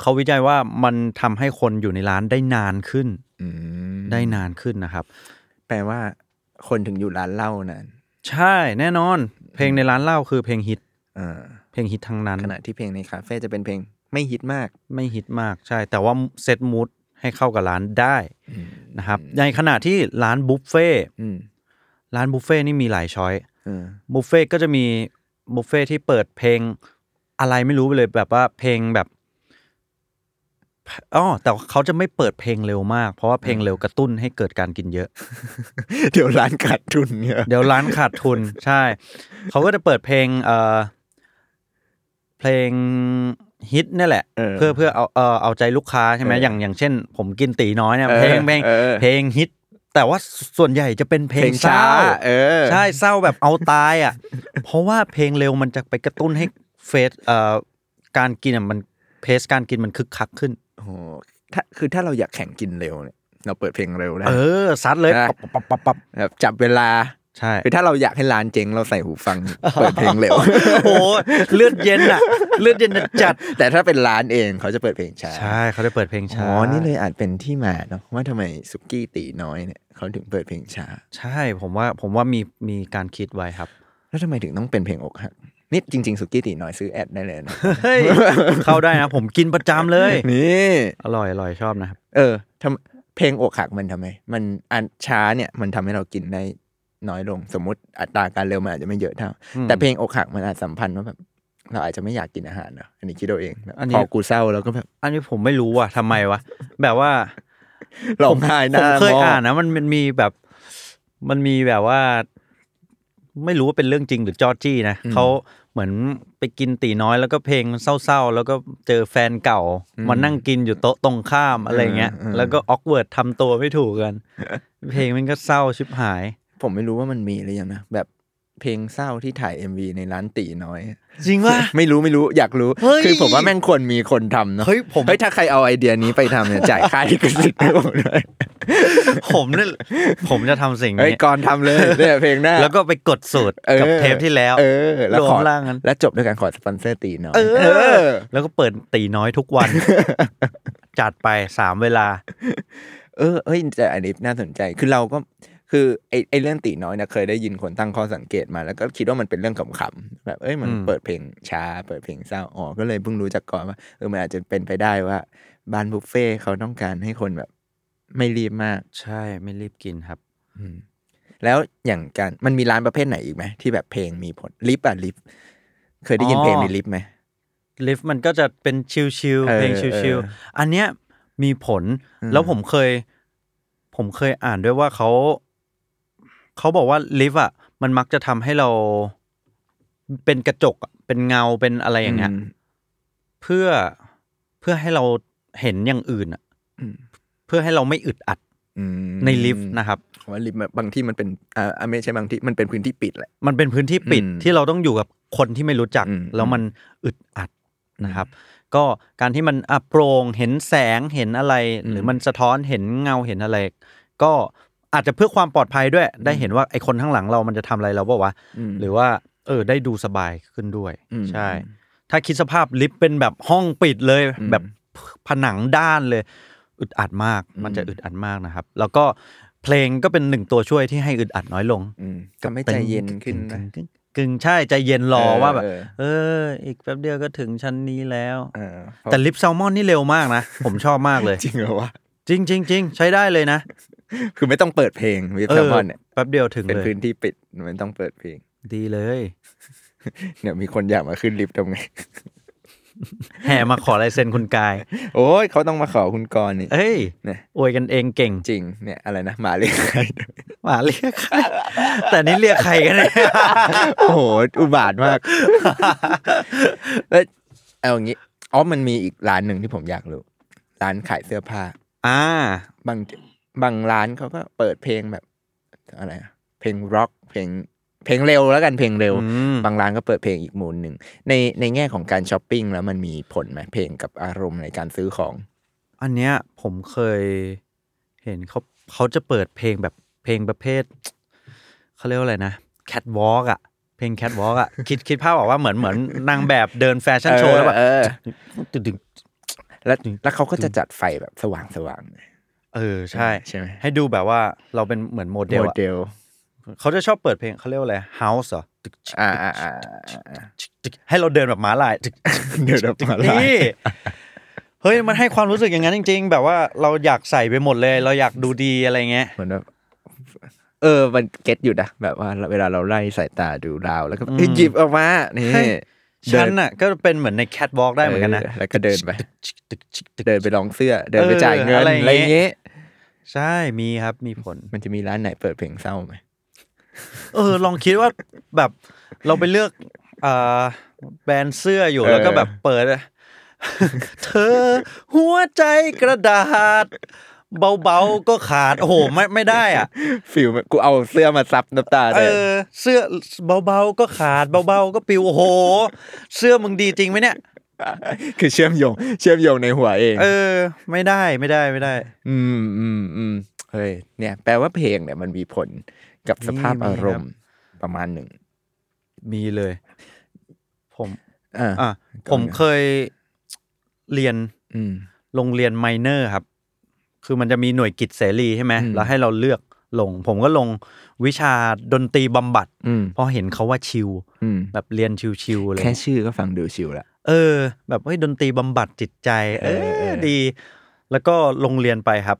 [SPEAKER 3] เขาวิจัยว่ามันทำให้คนอยู่ในร้านได้นานขึ้น
[SPEAKER 2] อืม
[SPEAKER 3] ได้นานขึ้นนะครับ
[SPEAKER 2] แปลว่าคนถึงอยู่ร้านเหล้านาน
[SPEAKER 3] ใช่แน่นอน เพลงในร้านเหล้าคือเพลงฮิต
[SPEAKER 2] อ่า
[SPEAKER 3] เพลงฮิตทั้งนั้น
[SPEAKER 2] ขณะที่เพลงในคาเฟ่จะเป็นเพลงไม่ฮิตมาก
[SPEAKER 3] ไม่ฮิตมากใช่ แต่ว่าเซตมูดให้เข้ากับร้านได้นะครับ ในขณะที่ร้านบุฟเฟ่ต์
[SPEAKER 2] อืม
[SPEAKER 3] ร้านบุฟเฟ่ต์นี่มีหลายช้อย
[SPEAKER 2] เออ
[SPEAKER 3] บุฟเฟ่ต์ก็จะมีบุฟเฟ่ต์ที่เปิดเพลงอะไรไม่รู้ไปเลยแบบว่าเพลงแบบอ๋อแต่เขาจะไม่เปิดเพลงเร็วมาก เพราะว่าเพลงเร็วกระตุ้นให้เกิดการกินเยอะ
[SPEAKER 2] เดี๋ยวร้านขาดทุนเนี่ย
[SPEAKER 3] เดี๋ยวร้านขาดทุ น ใช่ เขาก็จะเปิดเพลงเอ่อเพลงฮิตเนี่ยแหละ เพื่อเพื่อเอาเออเอาใจลูกค้าใช่ไหมอย่างอย่างเช่น ผมกินตีน้อยเนี่ยเพลงเพลง
[SPEAKER 2] ออ
[SPEAKER 3] เพลงฮิต แต่ว่าส่วนใหญ่จะเป็นเพล
[SPEAKER 2] เพล
[SPEAKER 3] ง
[SPEAKER 2] ง
[SPEAKER 3] เศ
[SPEAKER 2] ช้า
[SPEAKER 3] ร้า
[SPEAKER 2] เออ
[SPEAKER 3] ใช่เศร้าแบบเอาตายอ่ะ เพราะว่าเพลงเร็วมันจะไปกระตุ้นให้เฟสเอ่อการกินอ่ะมันเพสการกินมันคึกคักขึ้น
[SPEAKER 2] โอ้โหถ้าคือถ้าเราอยากแข่งกินเร็วเนี่ยเราเปิดเพลงเร็วได้
[SPEAKER 3] เออซัดเลย
[SPEAKER 2] ได้
[SPEAKER 3] ปับปับปับปับ
[SPEAKER 2] แบบจับเวลา
[SPEAKER 3] ใช่
[SPEAKER 2] คือถ้าเราอยากให้ร้านเจ๊งเราใส่หู ฟัง เปิดเพลงเร็ว
[SPEAKER 3] โอ้โหเลือดเย็นอ่ะ เลือดเย็นจัด
[SPEAKER 2] แต่ถ้าเป็นร้านเองเขาจะเปิดเพลงช้า
[SPEAKER 3] ใช่เขาได้เปิดเพลง
[SPEAKER 2] อ๋
[SPEAKER 3] ช้า
[SPEAKER 2] อนี่เลยอาจเป็นที่มาเนาะว่าทำไมสุกี้ตีน้อยเนี่ยเขาถึงเปิดเพลงช้า
[SPEAKER 3] ใช่ผมว่าผมว่ามีมีการคิดไว้ครับ
[SPEAKER 2] แล้วทำไมถึงต้องเป็นเพลงอกหักนี่จริง ๆสุกี้ตีน้อยซื้อแอดได้เลย นะ
[SPEAKER 3] เฮ้ยเข้าได้นะ ผมกินประจำเลย
[SPEAKER 2] นี่
[SPEAKER 3] อร่อยอร่อยชอบนะครับ
[SPEAKER 2] เออทำเพลงอกหักมันทำไม มันอันช้าเนี่ยมันทำให้เรากินได้น้อยลง สมมติอัตราการเร็วมันอาจจะไม่เยอะเท่า
[SPEAKER 3] อืม
[SPEAKER 2] แต่เพลงอกหักมันอาจสัมพันธ์ว่าแบบเราอาจจะไม่อยากกินอาหารเนอะอันนี้คิดเอาเองแบบ
[SPEAKER 3] อันนี้
[SPEAKER 2] พอกูเศร้าแล้วก็แบบ
[SPEAKER 3] อันนี้ผมไม่รู้ว่ะทำไมวะแบบว่า
[SPEAKER 2] ร้องไห้ห
[SPEAKER 3] ผม
[SPEAKER 2] น้า
[SPEAKER 3] เคย
[SPEAKER 2] หม้
[SPEAKER 3] อ่านนะมันมันมีแบบ มันมีแบบว่า ไม่รู้ว่าเป็นเรื่องจริงหรือจอจี้นะเขาเหมือนไปกินตีน้อยแล้วก็เพลงเศร้าๆ แล้วก็เจอแฟนเก่ามานั่งกินอยู่โต๊ะตรงข้ามอะไรอย่างเงี้ย แล้วก็ออกเวิร์ดทำตัวไม่ถูกกัน เพลงมันก็เศร้าชิบหาย
[SPEAKER 2] ผมไม่รู้ว่ามันมีหรือยังนะแบบ เพลงเศร้าที่ถ่าย MV ในร้านตีน้อยอะ
[SPEAKER 3] จริงว่า
[SPEAKER 2] ไม่รู้ไม่รู้อยากรู้
[SPEAKER 3] เฮ้ย
[SPEAKER 2] คือผมว่าแม่งควรมีคนทำเนาะ
[SPEAKER 3] เฮ้ยผม
[SPEAKER 2] เฮ้ยถ้าใครเอาไอเดียนี้ไป ทำเนี่ยจ่ายค่าลิขสิทธิ์ให้ผมด้วย
[SPEAKER 3] ผมเนี่ยผมจะทำสิ่ง
[SPEAKER 2] เฮ้ย
[SPEAKER 3] นี้
[SPEAKER 2] ก่อนทำเลยเนี่ยเพลงหน้า
[SPEAKER 3] แล้วก็ไปกดสูตรกับ
[SPEAKER 2] ออ
[SPEAKER 3] เทปที่แล้ว
[SPEAKER 2] เออ แล้ว
[SPEAKER 3] รวม
[SPEAKER 2] ขอ
[SPEAKER 3] ร่างกัน
[SPEAKER 2] แล้วจบด้วยการขอสปอนเซอร์ตีหน่อย
[SPEAKER 3] เออ
[SPEAKER 2] เออ
[SPEAKER 3] แล้วก็เปิดตีน้อยทุกวัน จัดไปสามเวลา
[SPEAKER 2] เออเฮ้ยแต่อันนี้น่าสนใจ คือเราก็ คือไอ้ไอ้เรื่องตีน้อยเนี่ยเคยได้ยินคนตั้งข้อสังเกตมาแล้วก็คิดว่ามันเป็นเรื่องขำๆแบบเอ้ยมัน
[SPEAKER 3] อืม
[SPEAKER 2] เปิดเพลงช้า เปิดเพลงเศร้าอ๋อก็เลยเพิ่งรู้จากก่อนว่าเออมันอาจจะเป็นไปได้ว่าบ้านบุฟเฟ่ต์เขาต้องการให้คนแบบ ไม่รีบมาก
[SPEAKER 3] ใช่ไม่รีบกินครับ
[SPEAKER 2] อืมแล้วอย่างการมันมีร้านประเภทไหนอีกไหมที่แบบเพลงมีผลลิฟต์อะลิฟต์เคยได้ยินเพลงในลิฟต์ไหม
[SPEAKER 3] ลิฟต์มันก็จะเป็นชิลๆ
[SPEAKER 2] เออ
[SPEAKER 3] เพลง
[SPEAKER 2] เอ
[SPEAKER 3] ชิล
[SPEAKER 2] อ
[SPEAKER 3] ๆอันเนี้ยมีผล
[SPEAKER 2] อืม
[SPEAKER 3] แล้วผมเคย ผมเคยอ่านด้วยว่าเขาเขาบอกว่าลิฟต์อ่ะ มันมักจะทำให้เรา เป็นกระจกอะเป็นเงาเป็นอะไรอย่างเงี้ย
[SPEAKER 2] ม
[SPEAKER 3] เพื่อเพื่อให้เราเห็นอย่างอื่นอ่ะ
[SPEAKER 2] อืม
[SPEAKER 3] เพื่อให้เราไม่อึดอัด
[SPEAKER 2] อืม
[SPEAKER 3] ในลิฟต์นะครับ
[SPEAKER 2] ผมว่าลิฟต์มันบางที่มันเป็นอ่าอ่าไม่ใช่บางที่มันเป็นพื้นที่ปิดแหละ
[SPEAKER 3] มันเป็นพื้นที่ปิด
[SPEAKER 2] อืม
[SPEAKER 3] ที่เราต้องอยู่กับคนที่ไม่รู้จัก
[SPEAKER 2] อืม
[SPEAKER 3] แล้วมันอึดอัดนะครับ ก็การที่มันอะโปร่งเห็นแสงเห็นอะไร หรืออ
[SPEAKER 2] ม
[SPEAKER 3] มันสะท้อนเห็นเงาเห็นอะไร ก็อาจจะเพื่อความปลอดภัยด้วย ได้เห็นว่าไอคนข้างหลังเรามันจะทำอะไรเราเปล่าวะ
[SPEAKER 2] ม
[SPEAKER 3] หรือว่า เออได้ดูสบายขึ้นด้วย
[SPEAKER 2] อืม
[SPEAKER 3] ใช่
[SPEAKER 2] อืม
[SPEAKER 3] ถ้าคิดสภาพลิฟต์เป็นแบบห้องปิดเลย
[SPEAKER 2] อืม
[SPEAKER 3] แบบผนังด้านเลย อึดอัดมาก มันจะ
[SPEAKER 2] อืม
[SPEAKER 3] อึดอัดมากนะครับ แล้วก็เพลงก็เป็นหนึ่งตัวช่วยที่ให้อึดอัดน้อยลง
[SPEAKER 2] อืมทำให้ใจเย็นขึ้นนะ
[SPEAKER 3] กึ่งๆกึ่งๆใช่ใจเย็นรอ
[SPEAKER 2] เออ
[SPEAKER 3] ว่าแบบ
[SPEAKER 2] เออ
[SPEAKER 3] เออ อีกแป๊บเดียวก็ถึงชั้นนี้แล้ว
[SPEAKER 2] เออ
[SPEAKER 3] แต่ลิปแซลมอนนี่เร็วมากนะ ผมชอบมากเลย
[SPEAKER 2] จริงเหรอวะ
[SPEAKER 3] จริงจริงจริงใช้ได้เลยนะ
[SPEAKER 2] คือไม่ต้องเปิดเพลงวิฟ
[SPEAKER 3] เอ
[SPEAKER 2] แซ
[SPEAKER 3] อ
[SPEAKER 2] มมอนเนี่ย
[SPEAKER 3] แป๊บเดียวถึง
[SPEAKER 2] เป็น
[SPEAKER 3] เลย
[SPEAKER 2] พื้นที่ปิดมันต้องเปิดเพลง
[SPEAKER 3] ดีเลย
[SPEAKER 2] เนี่ยมีคนอยากมาขึ้นลิฟต์ทำไง
[SPEAKER 3] แห่มาขอลายเซ็นคุณกาย
[SPEAKER 2] โอ้ยเขาต้องมาขอคุณกรณ์นี่
[SPEAKER 3] เอ้ย
[SPEAKER 2] เนี่ย
[SPEAKER 3] อวยกันเองเก่ง
[SPEAKER 2] จริงเนี่ยอะไรนะหมาเลี้ยงไก่
[SPEAKER 3] หมาเรียกใคร แต่นี่เรียกใครกันเนี่ย
[SPEAKER 2] โอ้โหอุบาทม ากแล้วเอาอย่างนี้อ๋อมันมีอีกร้านหนึ่งที่ผมอยากรู้ ร้านขายเสื้อผ้า
[SPEAKER 3] อ่า
[SPEAKER 2] บางบางร้านเขาก็เปิดเพลงแบบอะไรอะเพลงร็อกเพลงเพลงเร็วแล้วกันเพลงเร็ว
[SPEAKER 3] อืม
[SPEAKER 2] บางร้านก็เปิดเพลงอีกมูลหนึ่งในในแง่ของการช้อปปิ้งแล้วมันมีผลไหมเพลงกับอารมณ์ในการซื้อของ
[SPEAKER 3] อันเนี้ยผมเคยเห็นเขาเขาจะเปิดเพลงแบบเพลงประเภท เขาเรียกว่าอะไรนะแคทวอล์กอะเพลงแคทวอล์กอะคิดคิดภาพออกว่าเหมือนเหมือนนางแบบเดินแฟชั่นโชว์แล้วแบบ
[SPEAKER 2] เออเออ
[SPEAKER 3] ตึ๊ดตึ๊ด
[SPEAKER 2] แล้วแล้วเขาก็จะจัดไฟแบบสว่างสว่าง
[SPEAKER 3] เออใช่
[SPEAKER 2] ใช่ไหม
[SPEAKER 3] ให้ดูแบบว่าเราเป็นเหมือนโมเดล
[SPEAKER 2] โม
[SPEAKER 3] อะ
[SPEAKER 2] เดล
[SPEAKER 3] เขาจะชอบเปิดเพลงเขาเรียกว่าอะไรเฮาส์เหรอตึกชิ
[SPEAKER 2] อ่าอ่าอ่า
[SPEAKER 3] ชิตึกให้เราเดินแบบม้าลายตึก
[SPEAKER 2] เดินแบบม้าลาย
[SPEAKER 3] นี่เฮ้ยมันให้ความรู้สึกอย่างนั้นจริง ๆ แบบว่าเราอยากใส่ไปหมดเลย เราอยากดูดีอะไรเงี้ย
[SPEAKER 2] เหมือนแบบเออมันเก็ตอยู่นะแบบว่าเวลาเราไล่สายตาดูดาวแล้วก็เอ้ย
[SPEAKER 3] อืม
[SPEAKER 2] หยิบออกมานี่
[SPEAKER 3] ให้
[SPEAKER 2] เดิ
[SPEAKER 3] ฉันน่ะก็เป็นเหมือนในแคทวอล์กได้เหมือนกันนะ
[SPEAKER 2] แล้วก็เดินไป
[SPEAKER 3] ตึกชิกตึก
[SPEAKER 2] เดินไปลองเสื้อ เดินไป
[SPEAKER 3] เออ
[SPEAKER 2] จ่ายเงิน
[SPEAKER 3] อะ
[SPEAKER 2] อะไรไร
[SPEAKER 3] อ
[SPEAKER 2] อ
[SPEAKER 3] ย่างงี้
[SPEAKER 2] ย่างเงี้ย
[SPEAKER 3] ใช่มีครับมีผล
[SPEAKER 2] มันจะมีร้านไหนเปิดเพลงเศร้าไหม
[SPEAKER 3] เออ ลองคิดว่า แบบเราไปเลือกเอ่อแบรนด์เสื้ออยู่แล้วก็แบบเปิด เธอ หัวใจกระดาษ เบาๆก็ขาด โอ้โห ไม่ไม่ได้อ่ะ
[SPEAKER 2] ฟิลกูเอาเสื้อมาซับน้ำตา
[SPEAKER 3] เอ
[SPEAKER 2] เลย
[SPEAKER 3] อ เสื้อเบาๆก็ขาด เบาๆก็ปิวโอ้โห เสื้อมึงดีจริงไหมเนี่ย
[SPEAKER 2] คือเชื่อมโยง เชื่อมโยงในหัวเอง
[SPEAKER 3] เออ ไม่ได้ไม่ได้ไม่ได้
[SPEAKER 2] อืมอืมอืมเฮ้ยเนี่ย แปลว่าเพลงเนี่ยมันมีผลกับสภาพ
[SPEAKER 3] มีมี
[SPEAKER 2] อารมณ์ประมาณหนึ่ง
[SPEAKER 3] มีเลย ผม
[SPEAKER 2] อ่า
[SPEAKER 3] อ่ะผมเคยเรียน
[SPEAKER 2] อืม
[SPEAKER 3] โรงเรียนไมเนอร์ครับ คือมันจะมีหน่วยกิจเสรีใช่ไหม
[SPEAKER 2] อืม
[SPEAKER 3] แล้วให้เราเลือกลง ผมก็ลงวิชาดนตรีบำบัด
[SPEAKER 2] อืม
[SPEAKER 3] เพราะเห็นเขาว่าชิล
[SPEAKER 2] อืม
[SPEAKER 3] แบบเรียนชิลๆเลย
[SPEAKER 2] แค่ชื่อก็ฟังดูชิวละ
[SPEAKER 3] เออ แบบเฮ้ยดนตรีบำบัดจิตใจ เอ
[SPEAKER 2] เออเอ
[SPEAKER 3] อ
[SPEAKER 2] อ
[SPEAKER 3] ดี แล้วก็ลงเรียนไปครับ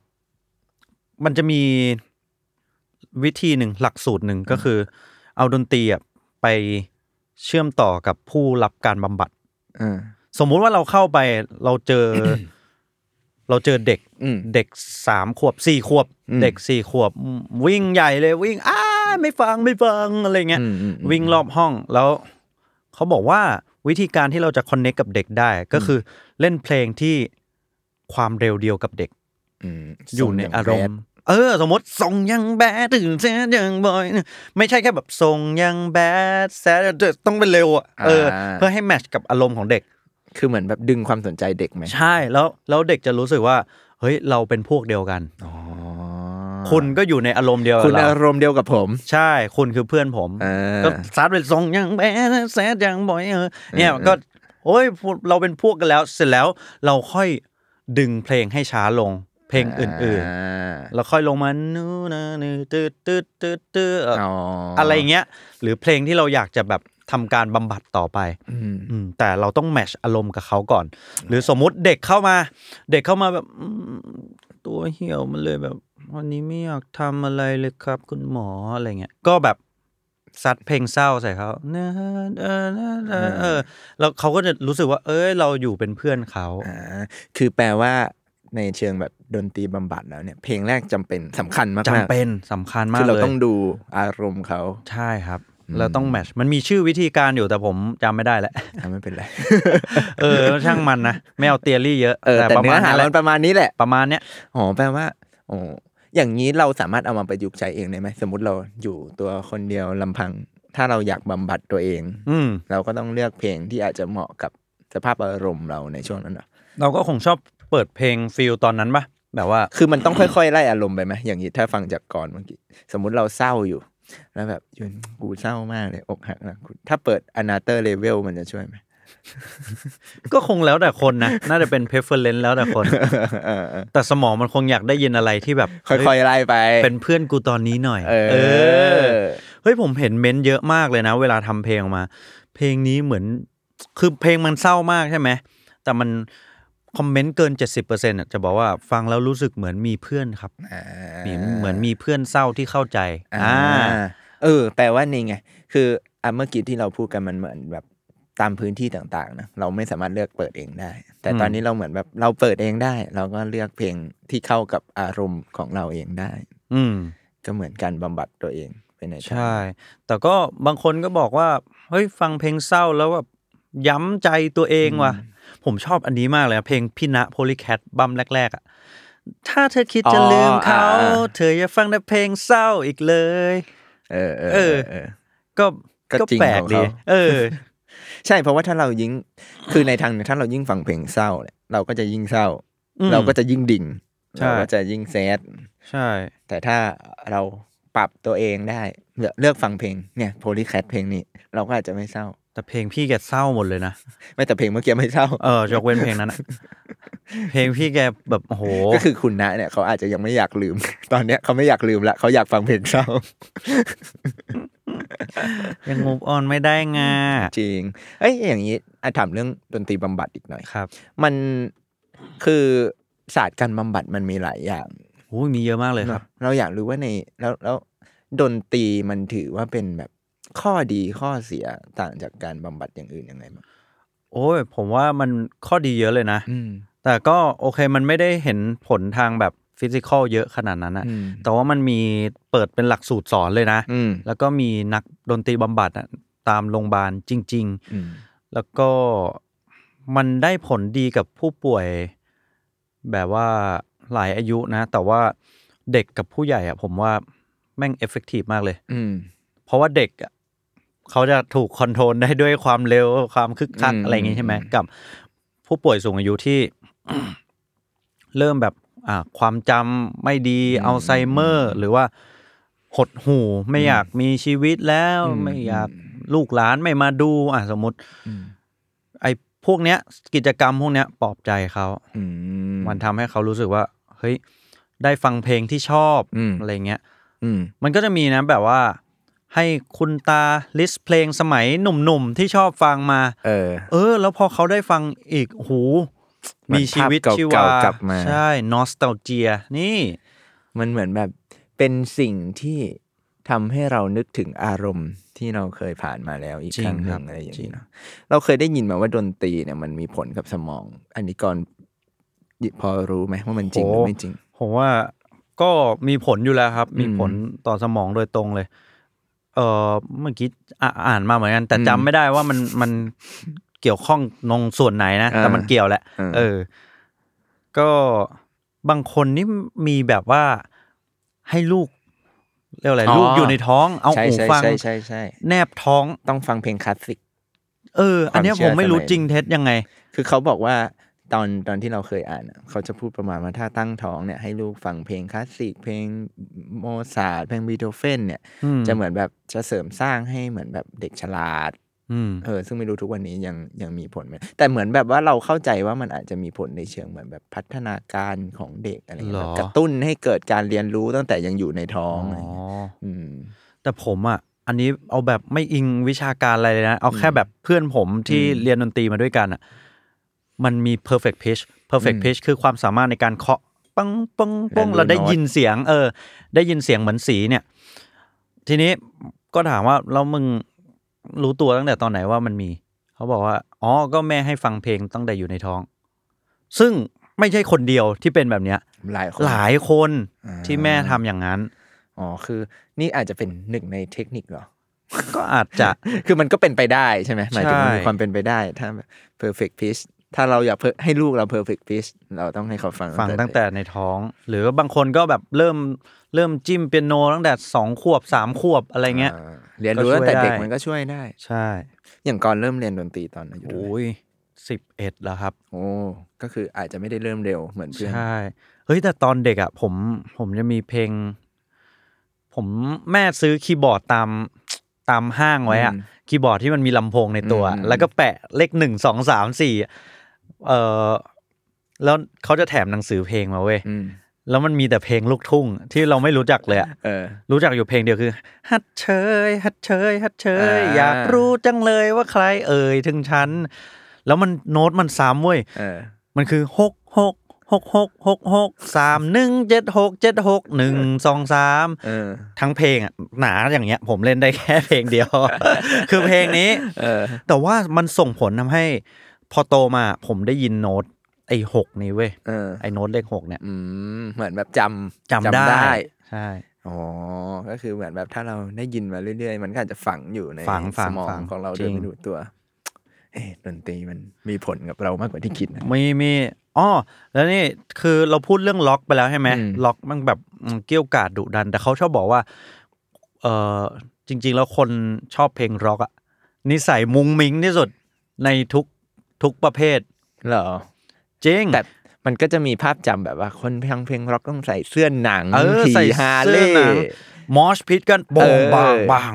[SPEAKER 3] มันจะมีวิธีหนึ่งหลักสูตรหนึ่งก็คือ เอาดนตรีอะไปเชื่อมต่อกับผู้รับการบำบัด
[SPEAKER 2] อ่า
[SPEAKER 3] สมมุติว่าเราเข้าไปเราเจ อ เราเจอเด็ก
[SPEAKER 2] อืม
[SPEAKER 3] เด็กสามขวบสี่ขวบ
[SPEAKER 2] อืม
[SPEAKER 3] เด็กสี่ขวบ วิ่งใหญ่เลยวิ่งอ้าไม่ฟังไม่ฟังอะไรเงี้ย
[SPEAKER 2] อืมอืมม
[SPEAKER 3] วิ่งรอบห้องแล้วเขาบอกว่าวิธีการที่เราจะคอนเน c กกับเด็กได้ก็คือเล่นเพลงที่ความเร็วเดียวกับเด็ก
[SPEAKER 2] อืม
[SPEAKER 3] อยู่ใน
[SPEAKER 2] ส่งง
[SPEAKER 3] อารม
[SPEAKER 2] แบด
[SPEAKER 3] ณ์ เออ สมมติส่งยังแบดถึงแซดยังบอยไม่ใช่แค่แบบส่งยังแบดแซดต้องเป็นเร็วอ่ะเออ
[SPEAKER 2] อ่า
[SPEAKER 3] เพื่อให้แมทช์กับอารมณ์ของเด็ก
[SPEAKER 2] คือเหมือนแบบดึงความสนใจเด็กไหม
[SPEAKER 3] ใช่แล้วแล้วเด็กจะรู้สึกว่า เฮ้ย เราเป็นพวกเดียวกัน
[SPEAKER 2] อ๋อ
[SPEAKER 3] คุณก็อยู่ในอารมณ์เดียวกับ
[SPEAKER 2] คุณ
[SPEAKER 3] เรา
[SPEAKER 2] อารมณ์เดียวกับผม
[SPEAKER 3] ใช่ คุณคือเพื่อนผม
[SPEAKER 2] เออ
[SPEAKER 3] ก็ซัดไปส่งยังแบดแซดยังบอยเออเนี่ย
[SPEAKER 2] อืม
[SPEAKER 3] ก็โอ้ยพวกเราเป็นพวกกันแล้ว เสร็จแล้วเราค่อยดึงเพลงให้ช้าลงเพลงอื่น ๆ แล้วค่อยลงมานู่นนะนี่ตืดตืดตืดตืดเอ่ออ
[SPEAKER 2] อ๋อ
[SPEAKER 3] อะ
[SPEAKER 2] อะไร
[SPEAKER 3] เงี้ย หรือเพลงที่เราอยากจะแบบทำการบำบัดต่อไปอืมแต่เราต้องแมชอารมณ์กับเขาก่อน หรือสมมุติเด็กเข้ามา เด็กเข้ามาแบบอืมตัวเหี่ยวมันเลยแบบ วันนี้ไม่อยากทำอะไรเลยครับ คุณหมออะไรเงี้ยก็แบบซัดเพลงเศร้าใส่เขาเนอะเออเนอะเออเออแล้วเขาก็จะรู้สึกว่า เอ้ยเราอยู่เป็นเพื่อนเขา
[SPEAKER 2] อ่าคือแปลว่าในเชิงแบบดนตรีบำบัดแล้วเนี่ย เพลงแรกจำเป็นสำคัญมากๆ
[SPEAKER 3] จำเป็นสำคัญมาก
[SPEAKER 2] คือ
[SPEAKER 3] เลย
[SPEAKER 2] เราต้องดูอารมณ์เขา
[SPEAKER 3] ใช่ครับ
[SPEAKER 2] อืม
[SPEAKER 3] เราต้องแมทช์มันมีชื่อวิธีการอยู่แต่ผมจำไม่ได้แล้ว
[SPEAKER 2] อ่ะไม่เป็นไร
[SPEAKER 3] เออ ช่างมันนะ ไม่เอาเตียรี่เยอะ
[SPEAKER 2] เออแต่
[SPEAKER 3] ประ
[SPEAKER 2] เนื้
[SPEAKER 3] มา
[SPEAKER 2] อ
[SPEAKER 3] ณ
[SPEAKER 2] หา
[SPEAKER 3] นั้นแห
[SPEAKER 2] มั
[SPEAKER 3] ละ
[SPEAKER 2] นประมาณนี้แหละ
[SPEAKER 3] ประมาณเนี้ย
[SPEAKER 2] อ๋อแปลว่าอ๋ออย่างนี้เราสามารถเอามาประยุกต์ใช้เองได้ไหมสมมติเราอยู่ตัวคนเดียวลำพัง ถ้าเราอยากบำบัดตัวเอง
[SPEAKER 3] อืม
[SPEAKER 2] เราก็ต้องเลือกเพลงที่อาจจะเหมาะกับสภาพอารมณ์เราในช่วงนั้นเหรอ
[SPEAKER 3] เราก็คงชอบเปิดเพลงฟิลตอนนั้นปะแบบว่า
[SPEAKER 2] คือมันต้องค่ อยๆไล่อารมณ์ไปไหมอย่างนี้ถ้าฟังจากก่อนเมื่อกี้สมมุติเราเศร้าอยู่ แล้วแบบยุนกูเศร้ามากเลยอกหักนะกูถ้าเปิดอนาเตอร์เลเวลมันจะช่วยไหม
[SPEAKER 3] ก็คงแล้วแต่คนนะ น่าจะเป็น preference แล้วแต่ คน แต่สมองมันคงอยากได้ยินอะไรที่แบบ
[SPEAKER 2] ค่อยๆไล่ไป
[SPEAKER 3] ๆเป็นเพื่อนกูตอนนี้หน่อย
[SPEAKER 2] เออ
[SPEAKER 3] อ เฮ้ยผมเห็นเม้นต์เยอะมากเลยนะ เวลาทำเพลงออกมา เพลงนี้เหมือน คือเพลงมันเศร้ามากใช่ไหม แต่มันคอมเมนต์เกิน 70%อร์จะบอกว่าฟังแล้วรู้สึกเหมือนมีเพื่อนครับเหมือนเหมือนมีเพื่อนเศร้าที่เข้าใจ
[SPEAKER 2] อ่าเออ แปลว่านี่ไง คืออ่ะเมื่อกี้ที่เราพูดกันมันเหมือนแบบตามพื้นที่ต่างๆนะเราไม่สามารถเลือกเปิดเองได้ แต่
[SPEAKER 3] อืม
[SPEAKER 2] ตอนนี้เราเหมือนแบบเราเปิดเองได้ เราก็เลือกเพลงที่เข้ากับอารมณ์ของเราเองได้
[SPEAKER 3] อืม
[SPEAKER 2] ก็เหมือนการบำบัดตัวเองไปในทาง
[SPEAKER 3] ใช่ แต่ก็บางคนก็บอกว่า เฮ้ยฟังเพลงเศร้าแล้วแบบย้ำใจตัวเองว่ะ ผมชอบอันนี้มากเลยนะเพลงพี่ณโพลิแคทบัมแรก ๆ อ่ะ ถ้าเธอคิดจะลืมเขา เธออย่าฟังแต่เพลงเศร้าอีกเลย
[SPEAKER 2] เออเออ
[SPEAKER 3] เอ
[SPEAKER 2] เอ
[SPEAKER 3] อ
[SPEAKER 2] อเออ
[SPEAKER 3] ก็
[SPEAKER 2] ก็จริง
[SPEAKER 3] แปลก
[SPEAKER 2] ของ
[SPEAKER 3] ดี
[SPEAKER 2] เขา
[SPEAKER 3] เอ อ
[SPEAKER 2] ใช่เพราะว่าถ้าเรายิ่งคือในทางหนึ่งถ้าเรายิ่งฟังเพลงเศร้าเนี่ยเราก็จะยิ่งเศร้า
[SPEAKER 3] อืม
[SPEAKER 2] เราก็จะยิ่งดิ่ง
[SPEAKER 3] ใช่
[SPEAKER 2] เราก็จะยิ่งแซด
[SPEAKER 3] ใช่
[SPEAKER 2] แต่ถ้าเราปรับตัวเองได้เลือกเลือกฟังเพลงเนี่ยโพลีแคทเพลงนี้ เราก็อาจจะไม่เศร้า
[SPEAKER 3] แต่เพลงพี่แกเศร้าหมดเลยนะ
[SPEAKER 2] ไม่แต่เพลงเมื่อกี้ไม่เศร้า
[SPEAKER 3] เออยกเว้นเพลง นั้นอะเพลงพี่แกแบบ โอ้โห
[SPEAKER 2] ก็คือคุณนะเนี่ยเขาอาจจะยังไม่อยากลืม ตอนเนี้ยเขาไม่อยากลืมละเขาอยากฟังเพลงเศร้า
[SPEAKER 3] ยังมูฟออนไม่ได้ไง
[SPEAKER 2] จริงเอ้ยอย่างนี้อ่ะถามเรื่องดนตรีบำบัดอีกหน่อย
[SPEAKER 3] ครับ
[SPEAKER 2] มันคือศาสตร์การบำบัดมันมีหลายอย่าง
[SPEAKER 3] โอ้ยมีเยอะมากเลยครับ
[SPEAKER 2] เนอะเราอยากรู้ว่าในแล้วแล้วดนตรีมันถือว่าเป็นแบบข้อดีข้อเสียต่างจากการบำบัดอย่างอื่นยังไงบ้าง
[SPEAKER 3] โอ้ยผมว่ามันข้อดีเยอะเลยนะ
[SPEAKER 2] อืม
[SPEAKER 3] แต่ก็โอเคมันไม่ได้เห็นผลทางแบบฟิสิกอลเยอะขนาดนั้นอะ
[SPEAKER 2] อืม
[SPEAKER 3] แต่ว่ามันมีเปิดเป็นหลักสูตรสอนเลยนะ
[SPEAKER 2] อืม
[SPEAKER 3] แล้วก็มีนักดนตรีบำบัดอะตามโรงพยาบาลจริง ๆ
[SPEAKER 2] อืม
[SPEAKER 3] แล้วก็มันได้ผลดีกับผู้ป่วยแบบว่าหลายอายุนะ แต่ว่าเด็กกับผู้ใหญ่อะผมว่าแม่งเอฟเฟกตีฟมากเลย
[SPEAKER 2] อืม
[SPEAKER 3] เพราะว่าเด็กอะเขาจะถูกคอนโทรลได้ด้วยความเร็วความคึกคัก
[SPEAKER 2] อืม
[SPEAKER 3] อะไรอย่างงี้ใช่ไหม
[SPEAKER 2] อืม
[SPEAKER 3] กับผู้ป่วยสูงอายุที่ เริ่มแบบอ่าความจำไม่ดีอัลไซเมอร์ หรือว่าหดหูไม่อยากมีชีวิตแล้วไม่อยากลูกหลานไม่มาดูอ่ะสมมติ ไอ้พวกเนี้ยกิจกรรมพวกเนี้ยปลอบใจเขา
[SPEAKER 2] อืม
[SPEAKER 3] มันทำให้เขารู้สึกว่า เฮ้ย ได้ฟังเพลงที่ชอบ
[SPEAKER 2] อืม
[SPEAKER 3] อะไรเงี้ย
[SPEAKER 2] อืม
[SPEAKER 3] มันก็จะมีนะแบบว่า ให้คุณตาลิสต์เพลงสมัยหนุ่มๆ ที่ชอบฟังมา
[SPEAKER 2] เออ
[SPEAKER 3] เออ แล้วพอเขาได้ฟังอีกโอ้โหู
[SPEAKER 2] มัน
[SPEAKER 3] มีชีวิต
[SPEAKER 2] ภาพ
[SPEAKER 3] ชี
[SPEAKER 2] เก่าว
[SPEAKER 3] า
[SPEAKER 2] ๆกลับมา
[SPEAKER 3] ใช่นอสต a เจีย นี่
[SPEAKER 2] มันเหมือนแบบเป็นสิ่งที่ทำให้เรานึกถึงอารมณ์ที่เราเคยผ่านมาแล้วอีก
[SPEAKER 3] จ
[SPEAKER 2] ค
[SPEAKER 3] ริง
[SPEAKER 2] รั้งห
[SPEAKER 3] ค
[SPEAKER 2] นึ่
[SPEAKER 3] รับ
[SPEAKER 2] งอะไรอย่าง
[SPEAKER 3] จริ
[SPEAKER 2] นี้
[SPEAKER 3] ง
[SPEAKER 2] เนาะเราเคยได้ยินมาว่าดนตรีเนี่ยมันมีผลกับสมอง อันนี้ก่อนพอรู้ไหมว่ามันจริงหรือไม่จริง
[SPEAKER 3] ผมว่าก็มีผลอยู่แล้วครับ มีผล
[SPEAKER 2] อื
[SPEAKER 3] ต่อสมองโดยตรงเลย เออเมื่อกี้อ่ะอ่านมาเหมือนกัน แต่จำไม่ได้ว่ามันมันเกี่ยวข้องนงส่วนไหนนะ
[SPEAKER 2] อ่า
[SPEAKER 3] แต่มันเกี่ยวแหละ
[SPEAKER 2] อ่า
[SPEAKER 3] เออ ก็บางคนนี่มีแบบว่า ให้ลูกเรียกอะไร
[SPEAKER 4] อ๋อ
[SPEAKER 3] ลูกอยู่ในท้องเอา
[SPEAKER 2] ใช่
[SPEAKER 3] หู
[SPEAKER 2] ใช่
[SPEAKER 3] ฟัง
[SPEAKER 2] ใช่ใช่ใช่
[SPEAKER 3] แนบท้อง
[SPEAKER 2] ต้องฟังเพลงคลาสสิก
[SPEAKER 3] เออ อันเนี้ย
[SPEAKER 2] ความเชื่
[SPEAKER 3] ผ
[SPEAKER 2] อ
[SPEAKER 3] มไม่รู้
[SPEAKER 2] สมัย
[SPEAKER 3] จริงเท็จยังไง
[SPEAKER 2] คือเขาบอกว่าตอนตอนที่เราเคยอ่านอะเขาจะพูดประมาณว่าถ้าตั้งท้องเนี่ยให้ลูกฟังเพลงคลาสสิกเพลงโมซาร์ทเพลงบีโธเฟนเนี่ย
[SPEAKER 3] อืม
[SPEAKER 2] จะเหมือนแบบจะเสริมสร้างให้เหมือนแบบเด็กฉลาด
[SPEAKER 3] อืม
[SPEAKER 2] เออซึ่งไม่รู้ทุกวันนี้ยังยังมีผลไหมแต่เหมือนแบบว่าเราเข้าใจว่ามันอาจจะมีผลในเชิงเหมือนแบบพัฒนาการของเด็กอะไรเงี้ย
[SPEAKER 3] หรอ
[SPEAKER 2] กระตุ้นให้เกิดการเรียนรู้ตั้งแต่ยังอยู่ในท้อ
[SPEAKER 3] อ๋
[SPEAKER 2] ง
[SPEAKER 3] อ
[SPEAKER 2] อะไรเงี้ยอืม
[SPEAKER 3] แต่ผมอ่ะ อันนี้เอาแบบไม่อิงวิชาการอะไรเลยนะ เอาแค่แบบเพื่อนผมที่
[SPEAKER 2] อืม
[SPEAKER 3] เรียนดนตรีมาด้วยกันอ่ะ มันมี perfect pitch perfect
[SPEAKER 2] อืม
[SPEAKER 3] pitch คือความสามารถในการเคาะปังปังปัง
[SPEAKER 2] และรู้
[SPEAKER 3] เราได้
[SPEAKER 2] โน้ต
[SPEAKER 3] ยินเสียง เออ ได้ยินเสียงเหมือนสีเนี่ย ทีนี้ก็ถามว่าแล้วมึงรู้ตัวตั้งแต่ตอนไหนว่ามันมี เขาบอกว่า อ๋อ ก็แม่ให้ฟังเพลงตั้งแต่อยู่ในท้อง ซึ่งไม่ใช่คนเดียวที่เป็นแบบเนี้ย
[SPEAKER 2] หลายคน
[SPEAKER 3] หลายคน
[SPEAKER 2] อ่า
[SPEAKER 3] ที่แม่ทำอย่างนั้น
[SPEAKER 2] อ๋อคือนี่อาจจะเป็นหนึ่งในเทคนิคเหรอ
[SPEAKER 3] ก็อาจจะ
[SPEAKER 2] คือมันก็เป็นไปได้ใช่ไหมหมายถึงมัน
[SPEAKER 3] ใช่
[SPEAKER 2] มีความเป็นไปได้ถ้าแบบ perfect pitch ถ้าเราอยาก per- ให้ลูกเรา perfect pitch เราต้องให้เขาฟัง
[SPEAKER 3] ฟังตั้งแต่ในท้อง หรือบางคนก็แบบเริ่มเริ่มจิ้มเปียโนตั้งแต่สองขวบสามขวบอะไรเงี้ย
[SPEAKER 2] อ่าเรียนรู้ตั้งแต่เด็ก
[SPEAKER 3] ก็ช่วยได้
[SPEAKER 2] มันก็ช่วยได้
[SPEAKER 3] ใช่
[SPEAKER 2] อย่างก่อนเริ่มเรียนดนตรีตอนอายุเท่าไหร่
[SPEAKER 3] โอ้ยสิบเอ็ดแล้วครับ
[SPEAKER 2] โอ้ ก็คืออาจจะไม่ได้เริ่มเร็วเหมือนเพื่อน
[SPEAKER 3] ใช่ เฮ้ย แต่ตอนเด็กอ่ะ ผมผมจะมีเพลง ผมแม่ซื้อคีย์บอร์ดตามตามห้างไว้อ่ะ
[SPEAKER 2] ม
[SPEAKER 3] คีย์บอร์ดที่มันมีลำโพงในตัว
[SPEAKER 2] อืม
[SPEAKER 3] แล้วก็แปะเลขหนึ่งสองสามสี่เออแล้วเขาจะแถมหนังสือเพลงมาเว้ย
[SPEAKER 2] อืม
[SPEAKER 3] แล้วมันมีแต่เพลงลูกทุ่ง ที่เราไม่รู้จักเลยอะ
[SPEAKER 2] เออ
[SPEAKER 3] รู้จักอยู่เพลงเดียวคือ ฮัดเชย ฮัดเชย ฮัดเชย
[SPEAKER 2] อ่า
[SPEAKER 3] อยากรู้จังเลยว่าใครเอ่ยถึงฉัน แล้วมันโน้ตมันซ้ำเว้ย
[SPEAKER 2] เออ
[SPEAKER 3] มันคือหกหกหกหกหกหกสามหนึ่งเจ็ดหกเจ็ดหกหนึ่งสองสาม
[SPEAKER 2] เออ
[SPEAKER 3] ทั้งเพลงอ่ะหนาอย่างเงี้ย ผมเล่นได้แค่เพลงเดียว คือเพลงนี้
[SPEAKER 2] เออ
[SPEAKER 3] แต่ว่ามันส่งผลทำให้ พอโตมาผมได้ยินโน้ตไอ้หกนี้เว้ย
[SPEAKER 2] เออ
[SPEAKER 3] ไอ้โน้ตเลขหกเนี่ย
[SPEAKER 2] อืม เหมือนแบบจำ
[SPEAKER 3] จำได้ ใช่
[SPEAKER 2] อ๋อ ก็คือเหมือนแบบถ้าเราได้ยินมาเรื่อยๆ มันก็อาจจะฝังอยู่ใน
[SPEAKER 3] ฝังฝั
[SPEAKER 2] ส
[SPEAKER 3] ง
[SPEAKER 2] มอ
[SPEAKER 3] ฝั
[SPEAKER 2] ง
[SPEAKER 3] ง
[SPEAKER 2] ของเราโด
[SPEAKER 3] จริ
[SPEAKER 2] ย
[SPEAKER 3] ง
[SPEAKER 2] ไม่รู้ตัว เอ๊ะดนตรีมันมีผลกับเรามากกว่าที่คิดนะ
[SPEAKER 3] มีมีอ๋อแล้วนี่คือเราพูดเรื่องล็อกไปแล้วใช่ไหม
[SPEAKER 2] อืม
[SPEAKER 3] ล็อกมันแบบอืมเกรี้ยวกราดดุดัน แต่เขาชอบบอกว่าเออจริง ๆ แล้วคนชอบเพลงล็อกอะนิสัยมุงมิงที่สุดในทุกทุกประเภท
[SPEAKER 2] เหรอ
[SPEAKER 3] จริง
[SPEAKER 2] แต่มันก็จะมีภาพจำแบบว่าคนฟังเพลงร็อกต้องใส่เสื้อหนัง
[SPEAKER 3] เออใส่
[SPEAKER 2] ขี่ฮาร์เล
[SPEAKER 3] เสื้อหนัง
[SPEAKER 2] ย์
[SPEAKER 3] มอชพิทกันบงบาง
[SPEAKER 2] เออ
[SPEAKER 3] บาง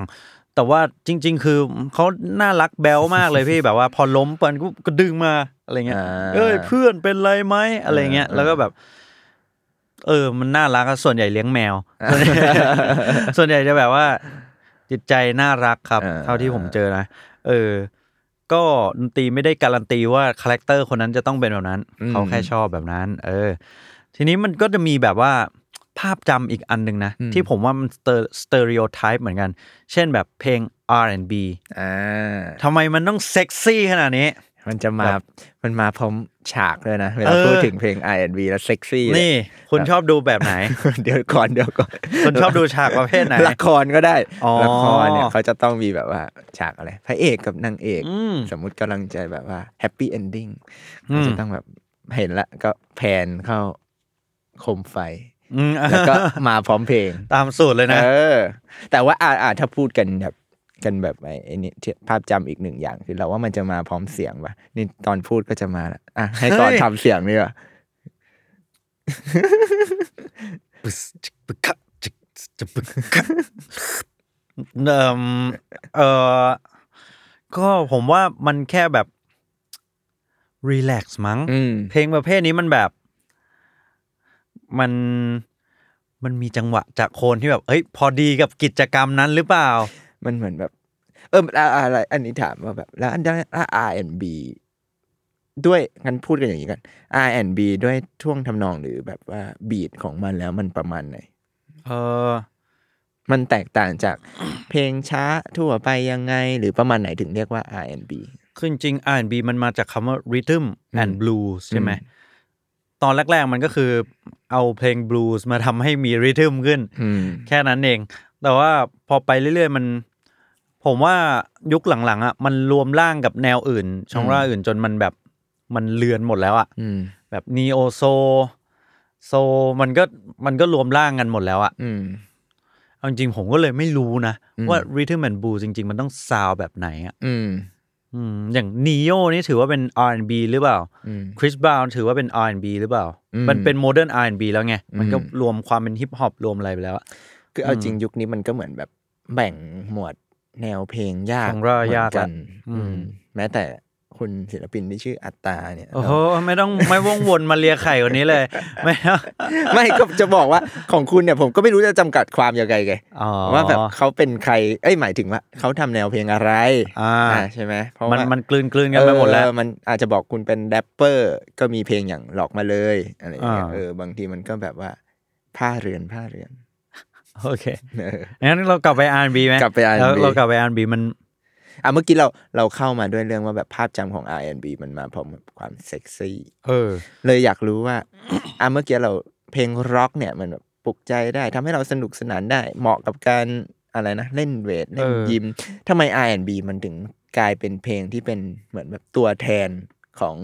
[SPEAKER 3] แต่ว่าจริง ๆ คือเขาน่ารักแบลมากเลยพี่ แบบว่าพอล้มเปินก็ดึงมาอะไรเงี้ย
[SPEAKER 2] อ่า
[SPEAKER 3] เอ้ยเพื่อนเป็นไรไหมอะไรเงี้ย
[SPEAKER 2] เออ
[SPEAKER 3] แล้วก็แบบ เออ มันน่ารักอะส่วนใหญ่เลี้ยงแมว
[SPEAKER 2] อ่า
[SPEAKER 3] ส่ วนใหญ่จะแบบว่า จิตใจน่ารักครับ
[SPEAKER 2] เออ
[SPEAKER 3] เท่าที่ผมเจอนะเออ ก็ดนตรีไม่ได้การันตีว่าคาแรคเตอร์คนนั้นจะต้องเป็นแบบนั้น เขาแค่ชอบแบบนั้น เออ ทีนี้มันก็จะมีแบบว่าภาพจำอีกอันหนึ่งนะ
[SPEAKER 2] อืม
[SPEAKER 3] ที่ผมว่ามันสเตอริโอไทป์เหมือนกัน เช่นแบบเพลง R&B
[SPEAKER 2] อ่า
[SPEAKER 3] ทำไมมันต้องเซ็กซี่ขนาดนี้
[SPEAKER 2] มันจะมา
[SPEAKER 3] แบบ
[SPEAKER 2] มันมาพร้อมฉากด้วยนะ เวลา
[SPEAKER 3] เออ
[SPEAKER 2] พูดถึงเพลง R&B แล้วเซ็กซี่
[SPEAKER 3] นี่ คุณชอบดูแบบไหน
[SPEAKER 2] เดี๋ยวก่อนเดี๋ยวก่อน
[SPEAKER 3] คุณชอบดูฉากประเภทไหน
[SPEAKER 2] ละครก็ได้
[SPEAKER 3] อ๋อ
[SPEAKER 2] ละครเนี่ยเขาจะต้องมีแบบว่าฉากอะไร พระเอกกับนางเอก
[SPEAKER 3] อืม
[SPEAKER 2] สมมุติกำลังใจแบบว่าแฮปปี้เอนดิ้ง
[SPEAKER 3] อืม
[SPEAKER 2] จะต้องแบบเห็นละก็แผนเข้าโคม ไฟ
[SPEAKER 3] อืม
[SPEAKER 2] แล้วก็ มาพร้อมเพลง
[SPEAKER 3] ตามสูตรเลยนะ
[SPEAKER 2] เออ แต่ว่าอาอาถ้าพูดกันแบบกันแบบไอ้ไอ้นี่ที่ภาพจำอีกหนึ่งอย่างคือเราว่ามันจะมาพร้อมเสียงป่ะนี่ตอนพูดก็จะมาละอ่ะให้ตอน
[SPEAKER 3] เฮ้ย
[SPEAKER 2] ทำเสียงนี่ว่ะ
[SPEAKER 3] เอมเออก็ผมว่ามันแค่แบบรีแลกซ์มั้ง
[SPEAKER 2] อืม
[SPEAKER 3] เพลงประเภทนี้มันแบบ มันมันมีจังหวะจากโคนที่แบบ เอ้ย พอดีกับกิจกรรมนั้นหรือเปล่า
[SPEAKER 2] มันเหมือนแบบ เอออะอะไร อันนี้ถามว่าแบบแล้วอันนั้น R&B ด้วยงั้นพูดกันอย่างนี้กัน R&B ด้วยท่วงทำนองหรือแบบว่าบีทของมันแล้วมันประมาณไหน
[SPEAKER 3] เออ
[SPEAKER 2] มันแตกต่างจาก เพลงช้าทั่วไปยังไง หรือประมาณไหนถึงเรียกว่า R&B
[SPEAKER 3] คือจริงๆ R&B มันมาจากคำว่า rhythm
[SPEAKER 2] อืม
[SPEAKER 3] and blues ใช่ไหม ตอนแรก ๆ มันก็คือเอาเพลง blues มาทำให้มี rhythm ขึ้น
[SPEAKER 2] อืม
[SPEAKER 3] แค่นั้นเอง แต่ว่าพอไปเรื่อยๆ มัน ผมว่ายุคหลังๆ อ่ะ มันรวมร่างกับแนวอื่น ช่องร่างอื่นจนมันแบบ มันเลือนหมดแล้วอ่ะ
[SPEAKER 2] อืม
[SPEAKER 3] แบบนีโอโซ โซมันก็มันก็รวมร่างกันหมดแล้วอะ
[SPEAKER 2] อืม
[SPEAKER 3] เอาจริงๆผมก็เลยไม่รู้นะ
[SPEAKER 2] อืม
[SPEAKER 3] ว่า Rhythm and Blues จริง ๆ มันต้องซาวด์แบบไหนอะ
[SPEAKER 2] อืม
[SPEAKER 3] อืมอย่างนีโ o นี่ถือว่าเป็น R&B หรือเปล่า
[SPEAKER 2] อืม
[SPEAKER 3] คริสบราวน์ถือว่าเป็น R&B หรือเปล่า
[SPEAKER 2] อืม
[SPEAKER 3] มันเป็นโมเดิร์น R&B แล้วไง มันก็
[SPEAKER 2] อืม
[SPEAKER 3] รวมความเป็นฮิปฮอปรวมอะไรไปแล้วอะ
[SPEAKER 2] คือเอาจริงยุคนี้มันก็เหมือนแบบแบ่งหมวดแนวเพลงยาก
[SPEAKER 3] แบ่งร่ายาก
[SPEAKER 2] เหมือนกัน
[SPEAKER 3] ละอื
[SPEAKER 2] อื
[SPEAKER 3] ม
[SPEAKER 2] ม แม้แต่คุณศิลปินที่ชื่ออัตตาเนี่ย
[SPEAKER 3] โอ้โห ไม่ ต้องไม่ว่องวนมาเลียไข่กว่านี้เลย ไม่ต้อง
[SPEAKER 2] ไม่ก็จะบอกว่าของคุณเนี่ยผมก็ไม่รู้จะจำกัดความยังไงไง
[SPEAKER 3] อ๋อ
[SPEAKER 2] ว่าแบบเขาเป็นใคร เอ้ยหมายถึงว่าเขาทำแนวเพลงอะไร
[SPEAKER 3] อ่า
[SPEAKER 2] ใช่ไหมเพราะ
[SPEAKER 3] มัน
[SPEAKER 2] ว่า
[SPEAKER 3] มั
[SPEAKER 2] มัน
[SPEAKER 3] กลืนกลืนกันไปหมดแล้ว
[SPEAKER 2] มันอาจจะบอกคุณเป็นแรปเปอร์ก็มีเพลงอย่างหลอกมาเลยอะไรอย่างเงี้ย
[SPEAKER 3] อ่า
[SPEAKER 2] เออบางทีมันก็แบบว่าผ้าเรือนผ้าเรือน
[SPEAKER 3] โอเค
[SPEAKER 2] เออ
[SPEAKER 3] งั้นเรากลับไป R&B ไหม
[SPEAKER 2] กลับไป R&B
[SPEAKER 3] แล้วเรากลับไป R&B มัน
[SPEAKER 2] อ่ะเมื่อกี้เราเราเข้ามาด้วยเรื่องว่าแบบภาพจำของ R&B มันมาพร้อมกับความเซ็กซี่
[SPEAKER 3] เออ
[SPEAKER 2] เลยอยากรู้ว่า อ่ะเมื่อกี้เราเพลงร็อกเนี่ยมันแบบปลุกใจได้ทำให้เราสนุกสนานได้เหมาะกับการอะไรนะ เล่นเวท เล่น
[SPEAKER 3] เออ
[SPEAKER 2] ยิมทำไม R&B มันถึงกลายเป็นเพลงที่เป็นเหมือนแบบตัวแทนของ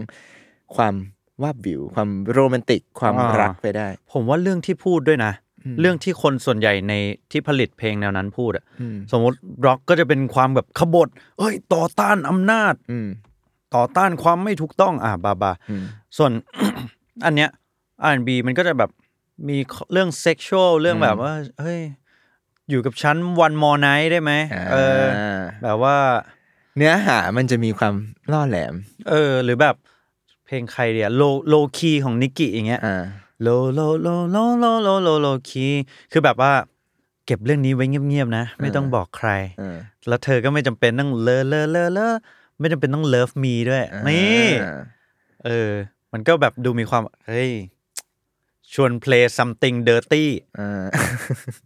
[SPEAKER 2] ความว่าบวิว ความโรแมนติกความรักไปได้
[SPEAKER 3] ผมว่าเรื่องที่พูดด้วยนะ
[SPEAKER 2] อืม
[SPEAKER 3] เรื่องที่คนส่วนใหญ่ในที่ผลิตเพลงแนวนั้นพูดอะ
[SPEAKER 2] อืม
[SPEAKER 3] สมมติร็อกก็จะเป็นความแบบขบฏเอ้ย ต่อต้านอำนาจ
[SPEAKER 2] อืม
[SPEAKER 3] ต่อต้านความไม่ถูกต้อง อ่ะบาบา
[SPEAKER 2] อืม
[SPEAKER 3] ส่วน อันเนี้ย R&B มันก็จะแบบมีเรื่องเซ็กชวลเรื่องแบบว่าเฮ้ย อยู่กับฉันวันมอไนท์ได้ไหมเอออ
[SPEAKER 2] า
[SPEAKER 3] แบบว่า
[SPEAKER 2] เนื้อหามันจะมีความล่อแหลม
[SPEAKER 3] เออ หรือแบบเพลงใครเดียโลโลคีของนิกกี้อย่างเงี้ย
[SPEAKER 2] อ่า
[SPEAKER 3] โลโลโลโลโลโลโลโลคีคือแบบว่าเก็บเรื่องนี้ไว้เงียบๆนะ ไม่ต้องบอกใคร
[SPEAKER 2] อ่า
[SPEAKER 3] แล้วเธอก็ไม่จำเป็นต้องเลอเลอเลอเลอไม่จำเป็นต้องเลิฟมีด้วย นี่
[SPEAKER 2] อ่า
[SPEAKER 3] เออ มันก็แบบดูมีความ เฮ้ย ชวน play something dirty
[SPEAKER 2] อ่า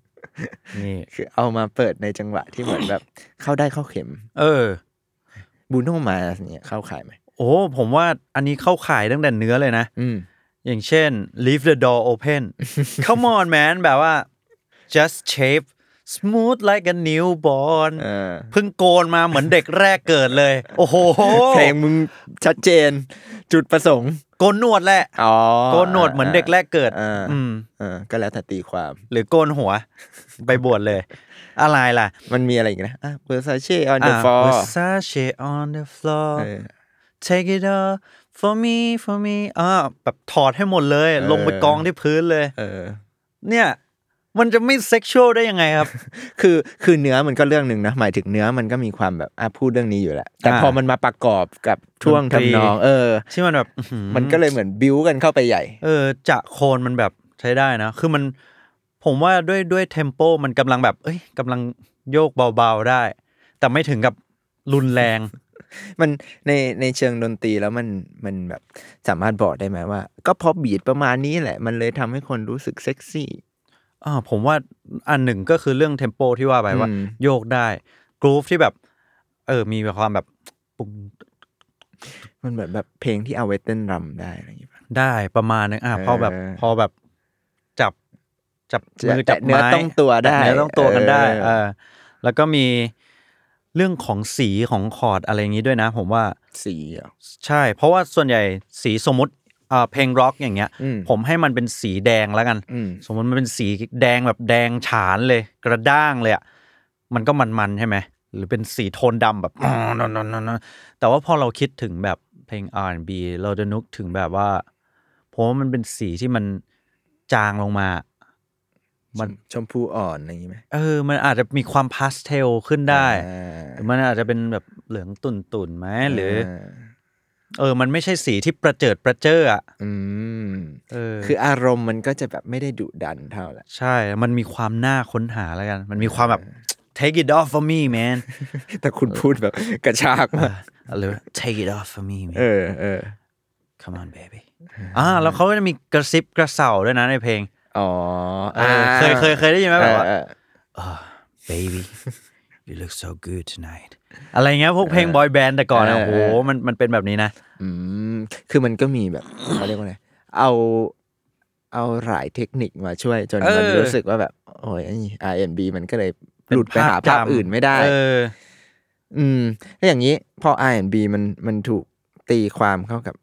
[SPEAKER 3] นี่
[SPEAKER 2] คือเอามาเปิดในจังหวะที่เหมือนแบบ เข้าได้เข้าเข็ม
[SPEAKER 3] เออ
[SPEAKER 2] บูโนมาเนี่ยเข้าขายไหม
[SPEAKER 3] โอ้ผมว่าอันนี้เข้าขายตั้งแต่เนื้อเลยนะ
[SPEAKER 2] อืม
[SPEAKER 3] อย่างเช่น leave the door open come on man แบบว่า just shave smooth like a newborn
[SPEAKER 2] เออ
[SPEAKER 3] เพิ่งโกนมาเหมือนเด็กแรกเกิดเลย โอ้โห
[SPEAKER 2] เพลงมึงชัดเจน จุดประสงค์
[SPEAKER 3] โกนหนวดแหละ
[SPEAKER 2] อ๋อ
[SPEAKER 3] โกนหนวดเหมือนเด็กแรกเกิด
[SPEAKER 2] เอออ
[SPEAKER 3] อืม
[SPEAKER 2] เออ ก็แล้วแต่ตีความ
[SPEAKER 3] หรือโกนหัว ไปบวชเลย อะไรล่ะ
[SPEAKER 2] มันมีอะไรอีกนะอ่ะเบอร์ซาเช่ออนเดอะ
[SPEAKER 3] ะ
[SPEAKER 2] ฟอร์
[SPEAKER 3] Versace on the floor take it off for me for me อ่าแบบถอดให้หมดเลย
[SPEAKER 2] เออ
[SPEAKER 3] ลงไปกองที่พื้นเลย
[SPEAKER 2] เออ
[SPEAKER 3] เนี่ย มันจะไม่เซ็กชวลได้ยังไง ครับ
[SPEAKER 2] คือคือเนื้อมันก็เรื่องหนึ่งนะ หมายถึงเนื้อมันก็มีความแบบอ่ะพูดเรื่องนี้อยู่แหละแต่
[SPEAKER 3] อ่า
[SPEAKER 2] พอมันมาประกอบกับท่วง
[SPEAKER 3] ดนตรี
[SPEAKER 2] ทำนอง เออ
[SPEAKER 3] ที่มันแบบอื้อหือ
[SPEAKER 2] มันก็เลยเหมือนบิ้วกันเข้าไปใหญ่
[SPEAKER 3] เออจะโคนมันแบบใช้ได้นะ คือมันผมว่าด้วยด้วยเทมโปมันกำลังแบบ เอ้ยกำลังโยกเบาๆได้ แต่ไม่ถึงกับรุนแรง
[SPEAKER 2] มันในในเชิงดนตรีแล้วมันมันแบบสามารถบอกได้ไหมว่า ก็เพราะบีดประมาณนี้แหละ มันเลยทำให้คนรู้สึกเซ็กซี่
[SPEAKER 3] อ่าผมว่าอันหนึ่งก็คือเรื่องเทมโปที่ว่าไปว่า
[SPEAKER 2] อืม
[SPEAKER 3] โยกได้ กรูฟที่แบบ เออ มีความแบบปุ่ง
[SPEAKER 2] มันเหมือนแบบเพลงที่เอาไว้เต้นรำได้อะไรอย่างเงี้ย
[SPEAKER 3] ได้ประมาณนึงอ่ะพอแบบ
[SPEAKER 2] เออ
[SPEAKER 3] พอแบบจับจับ
[SPEAKER 2] จะ
[SPEAKER 3] มือจับ
[SPEAKER 2] แตะเนื้อ
[SPEAKER 3] ไม้
[SPEAKER 2] ต้องตัวได้
[SPEAKER 3] แะเนื้อต้องตัวกันได้
[SPEAKER 2] เออ
[SPEAKER 3] เออแล้วก็มีเรื่องของสีของคอร์ดอะไรอย่างนี้ด้วยนะ ผมว่า
[SPEAKER 2] สีอ่ะ
[SPEAKER 3] ใช่ เพราะว่าส่วนใหญ่สีสมมติอ่าเพลงร็อกอย่างเงี้ย
[SPEAKER 2] อืม
[SPEAKER 3] ผมให้มันเป็นสีแดงแล้วกัน
[SPEAKER 2] อืม
[SPEAKER 3] สมมติมันเป็นสีแดงแบบแดงฉานเลย กระด้างเลยอ่ะมันก็มันๆใช่ไหมหรือเป็นสีโทนดำแบบ แต่ว่าพอเราคิดถึงแบบเพลง R&B เราจะนึกถึงแบบว่าผมว่ามันเป็นสีที่มันจางลงมา มัน
[SPEAKER 2] ชมพูอ่อนอะไรอย่างงี้ไหม
[SPEAKER 3] เออ มันอาจจะมีความพาสเทลขึ้นได้
[SPEAKER 2] อ่า
[SPEAKER 3] หรือมันอาจจะเป็นแบบเหลืองตุ่นๆไหมหรืออ
[SPEAKER 2] า
[SPEAKER 3] เออ มันไม่ใช่สีที่ประเจิดประเจ้ออ่ะ
[SPEAKER 2] อืม
[SPEAKER 3] เออ
[SPEAKER 2] คืออารมณ์มันก็จะแบบไม่ได้ดุดันเท่าแหละ
[SPEAKER 3] ใช่ มันมีความน่าค้นหาแล้วกัน มันมีความแบบ take it off for me man
[SPEAKER 2] แต่คุณพูดแบบกระชากมาก
[SPEAKER 3] หรือ take it off for me
[SPEAKER 2] เอ
[SPEAKER 3] man
[SPEAKER 2] อเออ
[SPEAKER 3] come on baby อ่า แล้วเขาก็จะมีกระซิบกระเซาด้วยนะในเพลง
[SPEAKER 2] อ๋อ
[SPEAKER 3] เออเคยเคยเคยได้ยินไหมแบบว่า
[SPEAKER 2] เออเออ
[SPEAKER 3] baby you look so good tonight อะไรเงี้ยพวกเพลงบอยแบนด์แต่ก่อนอะ
[SPEAKER 2] เออ
[SPEAKER 3] โอ้
[SPEAKER 2] เออ
[SPEAKER 3] โหมันมันเป็นแบบนี้นะ
[SPEAKER 2] อืม คือมันก็มีแบบ เขาเรียกว่าอะไร เอา เอาหลายเทคนิคมาช่วยจน
[SPEAKER 3] เออ
[SPEAKER 2] มันรู้สึกว่าแบบ โอ้ย R&B มันก็เลย
[SPEAKER 3] เน
[SPEAKER 2] หลุดไปหาภาพ
[SPEAKER 3] จำ
[SPEAKER 2] อื่นไม่ได้
[SPEAKER 3] เออ
[SPEAKER 2] อืมแล้วอย่างนี้พอ R&B มันมันถูกตีความเข้ากับ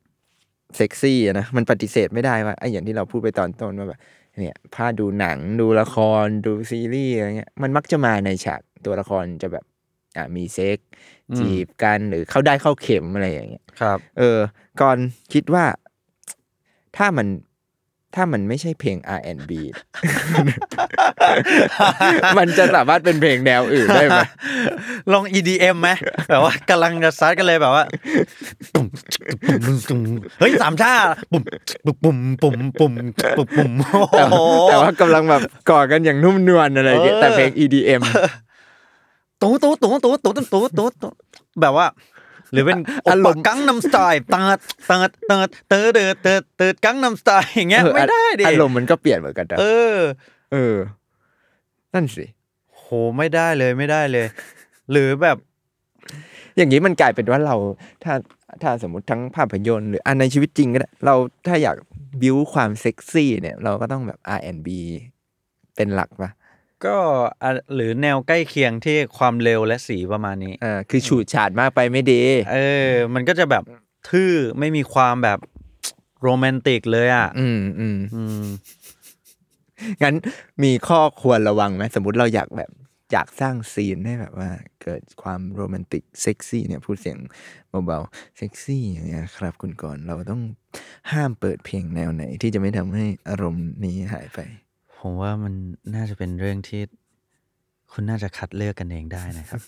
[SPEAKER 2] เซ็กซี่อะนะมันปฏิเสธไม่ได้ว่าไอ้อย่างที่เราพูดไปตอนต้นว่าแบบเนี่ยพาดูหนังดูละครดูซีรีส์อะไรเงี้ยมันมักจะมาในฉากตัวละครจะแบบอ่ะมีเซ็ก
[SPEAKER 3] อืม
[SPEAKER 2] จีบกันหรือเข้าได้เข้าเข็มอะไรอย่างเงี้ย
[SPEAKER 3] ครับ
[SPEAKER 2] เออ ก่อนคิดว่า ถ้ามันถ้ามันไม่ใช่เพลง R&B มันจะสามารถเป็นเพลงแนวอื่นได้ไหม
[SPEAKER 3] ลอง EDM ไหมแบบว่ากำลังจะซัดกันเลยแบบ ว่าปุ่มปุ่มปุ่มเฮ้ยสามชาปุ่มปุ่มปุ่มปุ่มปุ่มปุ่มโอ้
[SPEAKER 2] แต่
[SPEAKER 3] โห
[SPEAKER 2] ว่าแต่ว่ากำลังแบบก่อกันอย่างนุ่มนวลอะไรอย่างเงี้ย
[SPEAKER 3] เออ
[SPEAKER 2] แต่เพลง EDM
[SPEAKER 3] ตู้ตู้ตู้ตู้ตู้ตู้ตู้ตู้ตู้แบบว่า หรือเป็นอารมณ์กังนำสไตล์ตาดตาดตาดเตอเดอเตอเตอกังนำสไตล์อย่างเงี้ย
[SPEAKER 2] เออ
[SPEAKER 3] ไม่ได้ดิ
[SPEAKER 2] อารมณ์มันก็เปลี่ยนเหมือนกันนะ
[SPEAKER 3] เออ
[SPEAKER 2] เออ นั่นสิ
[SPEAKER 3] โหไม่ได้เลยไม่ได้เลย หรือแบบ
[SPEAKER 2] อย่างนี้มันกลายเป็นว่าเราถ้าถ้าสมมติทั้งภาพยนตร์หรืออันในชีวิตจริงก็ได้เราถ้าอยากบิวความเซ็กซี่เนี่ย เราก็ต้องแบบ R&B เป็นหลักปะ
[SPEAKER 3] ก็อ่ะหรือแนวใกล้เคียงที่ความเร็วและสีประมาณนี้
[SPEAKER 2] เออคือฉูดฉาดมากไปไม่ดี
[SPEAKER 3] เออ มันก็จะแบบทื่อไม่มีความแบบโรแมนติกเลยอ่ะ
[SPEAKER 2] อืมอืม
[SPEAKER 3] อืม
[SPEAKER 2] งั้นมีข้อควรระวังไหมสมมติเราอยากแบบ อยากสร้างซีนให้แบบว่า เกิดความโรแมนติกเซ็กซี่เนี่ยพูดเสียงเบาๆเซ็กซี่อย่างเงี้ยครับคุณก่อนเราต้องห้ามเปิดเพลงแนวไหน ที่จะไม่ทำให้อารมณ์นี้หายไป
[SPEAKER 3] ผมว่ามันน่าจะเป็นเรื่องที่ คุณน่าจะคัดเลือกกันเองได้นะครับ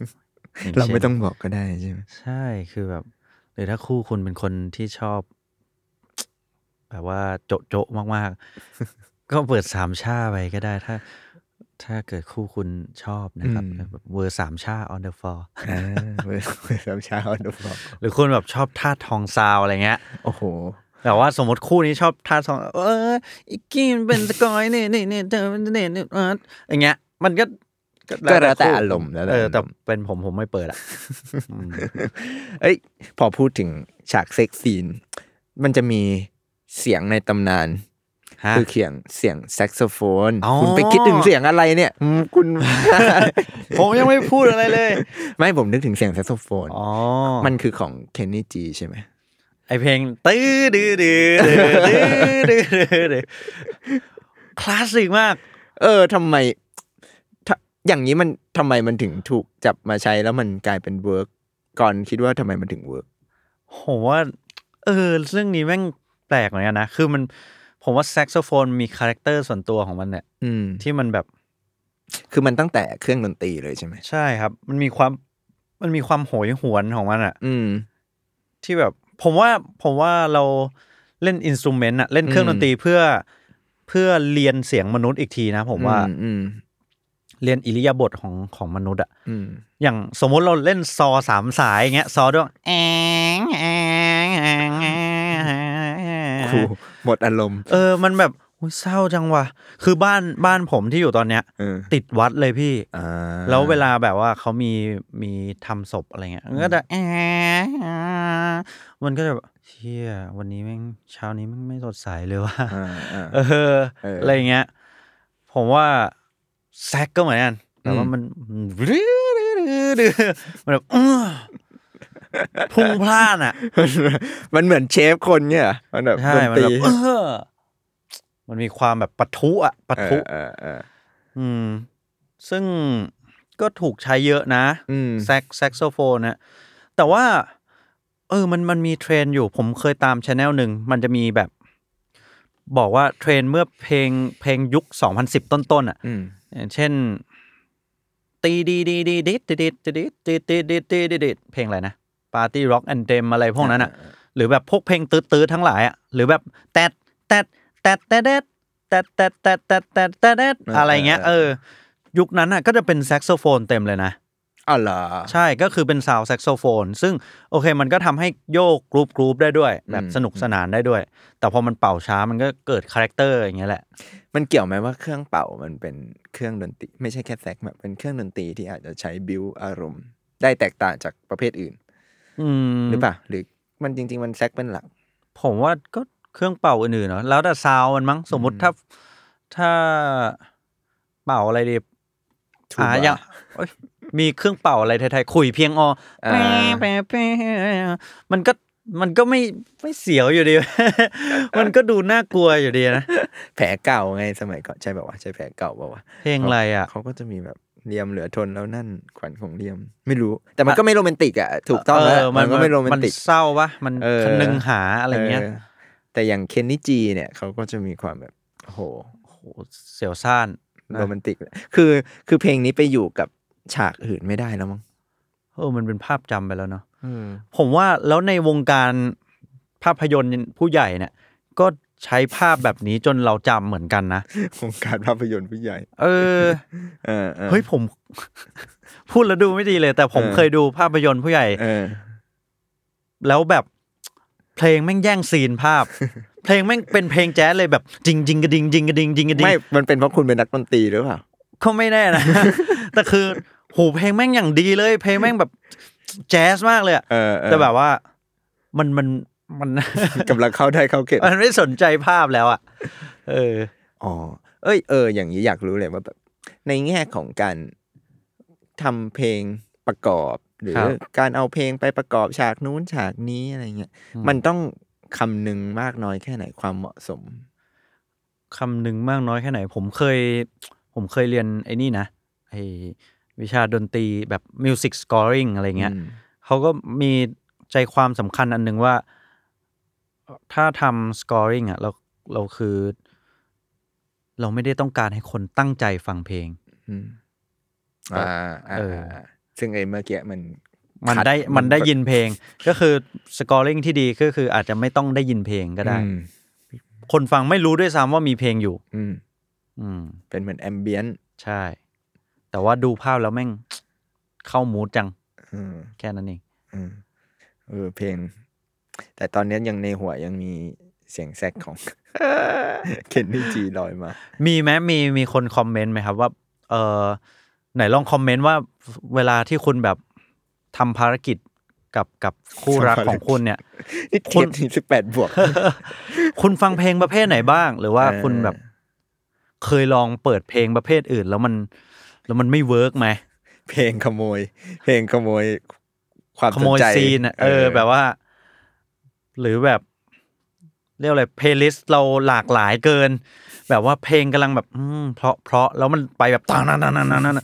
[SPEAKER 3] ย่
[SPEAKER 2] เราไม่
[SPEAKER 3] ช่น
[SPEAKER 2] ต้องบอกก็ได้ใช่ไหม
[SPEAKER 3] ใช่คือแบบ หรือถ้าคู่คุณเป็นคนที่ชอบ แบบว่าโจ๊ะโจ๊ะมาก ๆ ก็เปิดสามชาไปก็ได้ถ้า ถ้าเกิดคู่คุณชอบนะครับแบบเวอร์สามชา on the floor
[SPEAKER 2] อ่า เมื่อเช้าเช้าดูบอก
[SPEAKER 3] หรือคุณแบบชอบท่าทองซาวอะไรเงี้ย
[SPEAKER 2] โอ้โห
[SPEAKER 3] แต่ว่าสมมติคู่นี้ชอบท่าทอง เอออีกกี้มันเป็นสกอยนี่นี่นี่เธอมันนี่นี่เอออย่างเงี้ย มันก็
[SPEAKER 2] ก็แล้วแต่
[SPEAKER 3] คู่
[SPEAKER 2] อารมณ์แล้วแต่
[SPEAKER 3] เออแต่
[SPEAKER 2] อารมณ์
[SPEAKER 3] เป็นผมผมไม่เปิดอ่ะอืม
[SPEAKER 2] เอ้ย พอพูดถึงฉากเซ็กซีน มันจะมีเสียงในตำนาน
[SPEAKER 3] ฮะ
[SPEAKER 2] คือเขียงเสียงแซกโซโฟน
[SPEAKER 3] อ๋อ
[SPEAKER 2] คุณไปคิดถึงเสียงอะไร เนี่ยอืม คุณ
[SPEAKER 3] ผมยังไม่พูดอะไรเลย
[SPEAKER 2] ไม่ผมนึกถึงเสียงแซกโซโฟน
[SPEAKER 3] อ๋อ
[SPEAKER 2] มันคือของเคนนี่จีใช่ไหม
[SPEAKER 3] ไอเพลงตื้อดื้อดื้อดื้อดื้อดื้อดื้อคลาสสิกมาก
[SPEAKER 2] เออทำไมถ้าอย่างนี้มันทำไมมันถึงถูกจับมาใช้แล้วมันกลายเป็นเวิร์กก่อนคิดว่าทำไมมันถึงเวิร์ก
[SPEAKER 3] ผมว่า เออ เรื่องนี้แม่งแปลกเหมือนกันนะ คือมันผมว่าแซกโซโฟนมีคาแรคเตอร์ส่วนตัวของมันเนี่ย
[SPEAKER 2] อืม
[SPEAKER 3] ที่มันแบบ
[SPEAKER 2] คือมันตั้งแต่เครื่องดนตรีเลยใช่ไหม
[SPEAKER 3] ใช่ครับ มันมีความ มันมีความโหยหวนของมันอะ
[SPEAKER 2] อืม
[SPEAKER 3] ที่แบบ ผมว่า ผมว่าเราเล่นอินสตูเมนต์อะเล่นเครื่อง
[SPEAKER 2] อื
[SPEAKER 3] ด
[SPEAKER 2] ม
[SPEAKER 3] นตรีเพื่อ เพื่อเรียนเสียงมนุษย์อีกทีนะ ผมว่า
[SPEAKER 2] อือืม
[SPEAKER 3] เรียนอิริยาบถของของมนุษย์อะ
[SPEAKER 2] อืม
[SPEAKER 3] อย่างสมมติเราเล่นซอสามสายอย่างเงี้ย ซอด้วยแองแองแองแอง
[SPEAKER 2] ครูหมดอารมณ์
[SPEAKER 3] เออ มันแบบอุ้ยเศร้าจังว่ะ คือบ้านบ้านผมที่อยู่ตอนเนี้ย
[SPEAKER 2] เออ
[SPEAKER 3] ติดวัดเลยพี่
[SPEAKER 2] อ่า
[SPEAKER 3] แล้วเวลาแบบว่าเขามีมีทำศพอะไรเงี้ยมันก็จะแอะแอะมันก็จะแบบเชี่ยวันนี้แม่งเช้านี้แม่งไม่สดใสเลยว่า
[SPEAKER 2] อ่าอ่า
[SPEAKER 3] เออ
[SPEAKER 2] เอออ
[SPEAKER 3] อะไรเงี้ย ผมว่าแซกก็เหมือนกันแต่ว่า
[SPEAKER 2] อืม
[SPEAKER 3] มันรื้อรื้อรื้อรื้อมันแบบ อื้อพุ่งพล่านอ่ะ
[SPEAKER 2] มันเหมือนเชฟคนเนี่ยเหรอมันแบบ
[SPEAKER 3] ใช่
[SPEAKER 2] ดน
[SPEAKER 3] มัน
[SPEAKER 2] ตรี
[SPEAKER 3] แบบ เออมันมีความแบบปะทุอ่ะปะทุ
[SPEAKER 2] เออเออเออ
[SPEAKER 3] อืม ซึ่งก็ถูกใช้เยอะนะ
[SPEAKER 2] อืม
[SPEAKER 3] แซกแซกโซโฟนนะแต่ว่า เออมันมันมีเทรนอยู่ ผมเคยตามชแนลหนึ่ง มันจะมีแบบ บอกว่าเทรนเมื่อเพลงเพลงยุค 2010 ต้นๆอ่ะ
[SPEAKER 2] อืม
[SPEAKER 3] อย่างเช่น ตีดีดีดีดิดดิดดิดดิดดิดดิดดิดดิดดิดดิดเพลงอะไรนะปาร์ตี้ร็อกแอนเดมอะไรพวกนั้นอ่ะ หรือแบบพวกเพลงตื้อๆทั้งหลายอ่ะ หรือแบบแตดแตดแตดแตดแตดแตดแตดแตดแตดแตดแตดแตดอะไรเงี้ย เออ ยุคนั้นอ่ะ ก็จะเป็นแซกโซโฟนเต็มเลยนะ
[SPEAKER 2] อ๋อเหรอ
[SPEAKER 3] ใช่ก็คือเป็นซาวด์แซกโซโฟน ซึ่งโอเคมันก็ทำให้โยกกรุ๊ปกรุ๊ปได้ด้วย แบบ
[SPEAKER 2] อืม
[SPEAKER 3] สนุกสนานได้ด้วย แต่พอมันเป่าช้ามันก็เกิดคาแรคเตอร์อย่างเงี้ยแหละ
[SPEAKER 2] มันเกี่ยวไหมว่าเครื่องเป่ามันเป็นเครื่องดนตรี ไม่ใช่แค่แซกแบบเป็นเครื่องดนตรีที่อาจจะใช้บิวอารมณ์ ได้แตกต่างจากประเภทอื่น
[SPEAKER 3] อืม
[SPEAKER 2] หรือเปล่าหรือมันจริง ๆ มันแซกเป็นหลัก
[SPEAKER 3] ผมว่าก็เครื่องเป่าอื่นๆเนาะแล้วแต่ซาวด์มันมั้งสมมุติถ้าถ้าเป่าอะไรดี
[SPEAKER 2] ทูบา
[SPEAKER 3] อ่าอย่างโอ๊ยมีเครื่องเป่าอะไรไทยๆขุยเพียงอ
[SPEAKER 2] อ่า
[SPEAKER 3] แปรแปรแปรมันก็ มันก็ไม่ไม่เสียวอยู่ดี มันก็ดูน่ากลัวอยู่ดีนะ
[SPEAKER 2] แผลเก่าไงสมัยก่อนใช่แบบว่าวะใช่แผลเก่าป่าวะ
[SPEAKER 3] เพลงอะไรอ่ะ
[SPEAKER 2] เขาก็จะมีแบบเลียมเหลือทนแล้วนั่นขวัญของเลียม ไม่รู้ แต่มันก็ไม่โรแมนติกอ่ะถูกต้อง
[SPEAKER 3] เ
[SPEAKER 2] แล้วมันก็ไม่โรแมนติก
[SPEAKER 3] เศร้าปะมัน
[SPEAKER 2] เออ
[SPEAKER 3] คนึงหาอะไรเงี้ย
[SPEAKER 2] แต่อย่างเคนนิจีเนี่ยเขาก็จะมีความแบบโอ้โห
[SPEAKER 3] โหเสียวซ่าน นะ
[SPEAKER 2] โรแมนติกคือคือเพลงนี้ไปอยู่กับฉากอื่นไม่ได้แล้วมั้ง
[SPEAKER 3] เออมันเป็นภาพจำไปแล้วเนาะผมว่าแล้วในวงการภาพยนตร์ผู้ใหญ่เนี่ย ก็ใช้ภาพแบบนี้จนเราจำเหมือนกันนะ
[SPEAKER 2] วงการภาพยนตร์ผู้ใหญ่
[SPEAKER 3] เอ อ
[SPEAKER 2] เออออ
[SPEAKER 3] เฮ้ยผม พูดแล้วดูไม่ดีเลย แต่ผม
[SPEAKER 2] เออ
[SPEAKER 3] เคยดูภาพยนตร์ผู้ใหญ่
[SPEAKER 2] เออ
[SPEAKER 3] แล้วแบบเพลงแม่งแย่งซีนภาพ เพลงแม่งเป็นเพลงแจ๊สเลยแบบจริงจริงกระดิงจริงกระดิงจริงกระดิง
[SPEAKER 2] ไม่ มันเป็นเพราะคุณเป็นนักดนตรีหรือเปล่า
[SPEAKER 3] ก็ไม่แน่นะ แต่คือโหเพลงแม่งอย่างดีเลย เพลงแม่งแบบแจ๊สมากเลยอะ
[SPEAKER 2] เออเออ
[SPEAKER 3] แต่แบบว่ามันมันมัน
[SPEAKER 2] กำลังเข้าได้เข้าเก็บ
[SPEAKER 3] มันไม่สนใจภาพแล้วอ่ะ เออ
[SPEAKER 2] อ๋อ เอ้ย เออ อย่างนี้อยากรู้เลยว่าแบบในแง่ของการทำเพลงประกอบ หรือ
[SPEAKER 3] ครับ
[SPEAKER 2] การเอาเพลงไปประกอบฉากนู้นฉากนี้อะไรเงี้ย
[SPEAKER 3] อืม
[SPEAKER 2] มันต้องคำนึงมากน้อยแค่ไหนความเหมาะสม
[SPEAKER 3] คำหนึ่งมากน้อยแค่ไหน ผมเคย ผมเคยเรียนไอ้นี่นะไอวิชาดนตรีแบบ music scoring อะไรเงี้ย
[SPEAKER 2] อืม
[SPEAKER 3] เขาก็มีใจความสำคัญอันหนึ่งว่า ถ้าทำ scoring อ่ะเราเราคือ เราไม่ได้ต้องการให้คนตั้งใจฟังเพลง
[SPEAKER 2] อืมอ่าอ่า
[SPEAKER 3] เออ
[SPEAKER 2] อ่าซึ่งไอ้เมื่อกี้มัน
[SPEAKER 3] มัน
[SPEAKER 2] ขั
[SPEAKER 3] ได้มันได้ยินเพลง ก็คือ scoring ที่ดีก็คืออาจจะไม่ต้องได้ยินเพลงก็ได้
[SPEAKER 2] อืม
[SPEAKER 3] คนฟังไม่รู้ด้วยซ้ำว่ามีเพลงอยู่
[SPEAKER 2] อืม
[SPEAKER 3] อืม
[SPEAKER 2] เป็นเหมือนแอมเบียน
[SPEAKER 3] ใช่ แต่ว่าดูภาพแล้วแม่ง เข้ามูดจังแค่นั้นเอง
[SPEAKER 2] เออเพลง แต่ตอนเนี้ยยังในหัวยังมีเสียงแซกของ เคนนี่จีลอยมา
[SPEAKER 3] มีไหมมีมีคนคอมเมนต์ไหมครับว่า เออไหนลองคอมเมนต์ว่าเวลาที่คุณแบบทำภารกิจกับกับคู่รักของคุณเนี่ย
[SPEAKER 2] นี่
[SPEAKER 3] คุ
[SPEAKER 2] เทีย
[SPEAKER 3] ณ
[SPEAKER 2] ที่สิบแปดบวก
[SPEAKER 3] คุณฟังเพลงประเภทไหนบ้าง หรือว่า
[SPEAKER 2] เออ
[SPEAKER 3] คุณแบบเคยลองเปิดเพลงประเภทอื่น แล้วมันแล้วมันไม่เวิร์กไหม
[SPEAKER 2] เพลงขโมย เพลงขโมย ความส
[SPEAKER 3] ขโม
[SPEAKER 2] น
[SPEAKER 3] ย
[SPEAKER 2] ใจ
[SPEAKER 3] ซีนอะเออ แบบว่า หรือแบบ เรียกอะไรเพลย์ลิสต์เราหลากหลายเกิน แบบว่าเพลงกำลังแบบอืมเพราะเพราะแล้วมันไปแบบต่างนั่นนั่นนั่น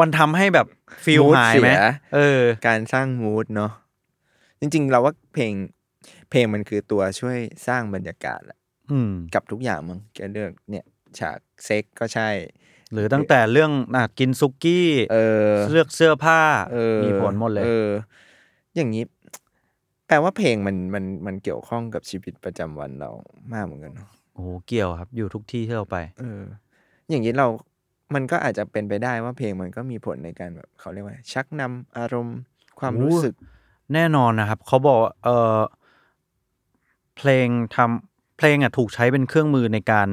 [SPEAKER 3] มันทำให้แบบฟิล
[SPEAKER 2] มูด
[SPEAKER 3] หาย
[SPEAKER 2] เสี
[SPEAKER 3] ไหม เออ
[SPEAKER 2] การสร้างมูดเนาะจริง ๆ เราว่าเพลง เพลงมันคือตัวช่วยสร้างบรรยากาศแหละ
[SPEAKER 3] อืม
[SPEAKER 2] กับทุกอย่างมึงแกเลือกเนี่ย ฉากเซ็กก็ใช่
[SPEAKER 3] หรือตั้งแต่เรื่องอ่ะกินซุกี้
[SPEAKER 2] เออ
[SPEAKER 3] เลือกเสื้อผ้า
[SPEAKER 2] เออ
[SPEAKER 3] มีผลหมดเลย
[SPEAKER 2] ออ อย่างนี้ แปลว่าเพลงมันมันมันเกี่ยวข้องกับชีวิตประจำวันเรามากเหมือนกันเนาะ
[SPEAKER 3] โอ้โห เกี่ยวครับ อยู่ทุกที่ที่เราไป
[SPEAKER 2] เอออย่างนี้เรา มันก็อาจจะเป็นไปได้ว่าเพลงมันก็มีผลในการแบบเขาเรียกว่า ชักนำอารมณ์ความรู้สึก
[SPEAKER 3] แน่นอนนะครับ เขาบอกว่าเออเพลงทำเพลงอ่ะถูกใช้เป็นเครื่องมือในการ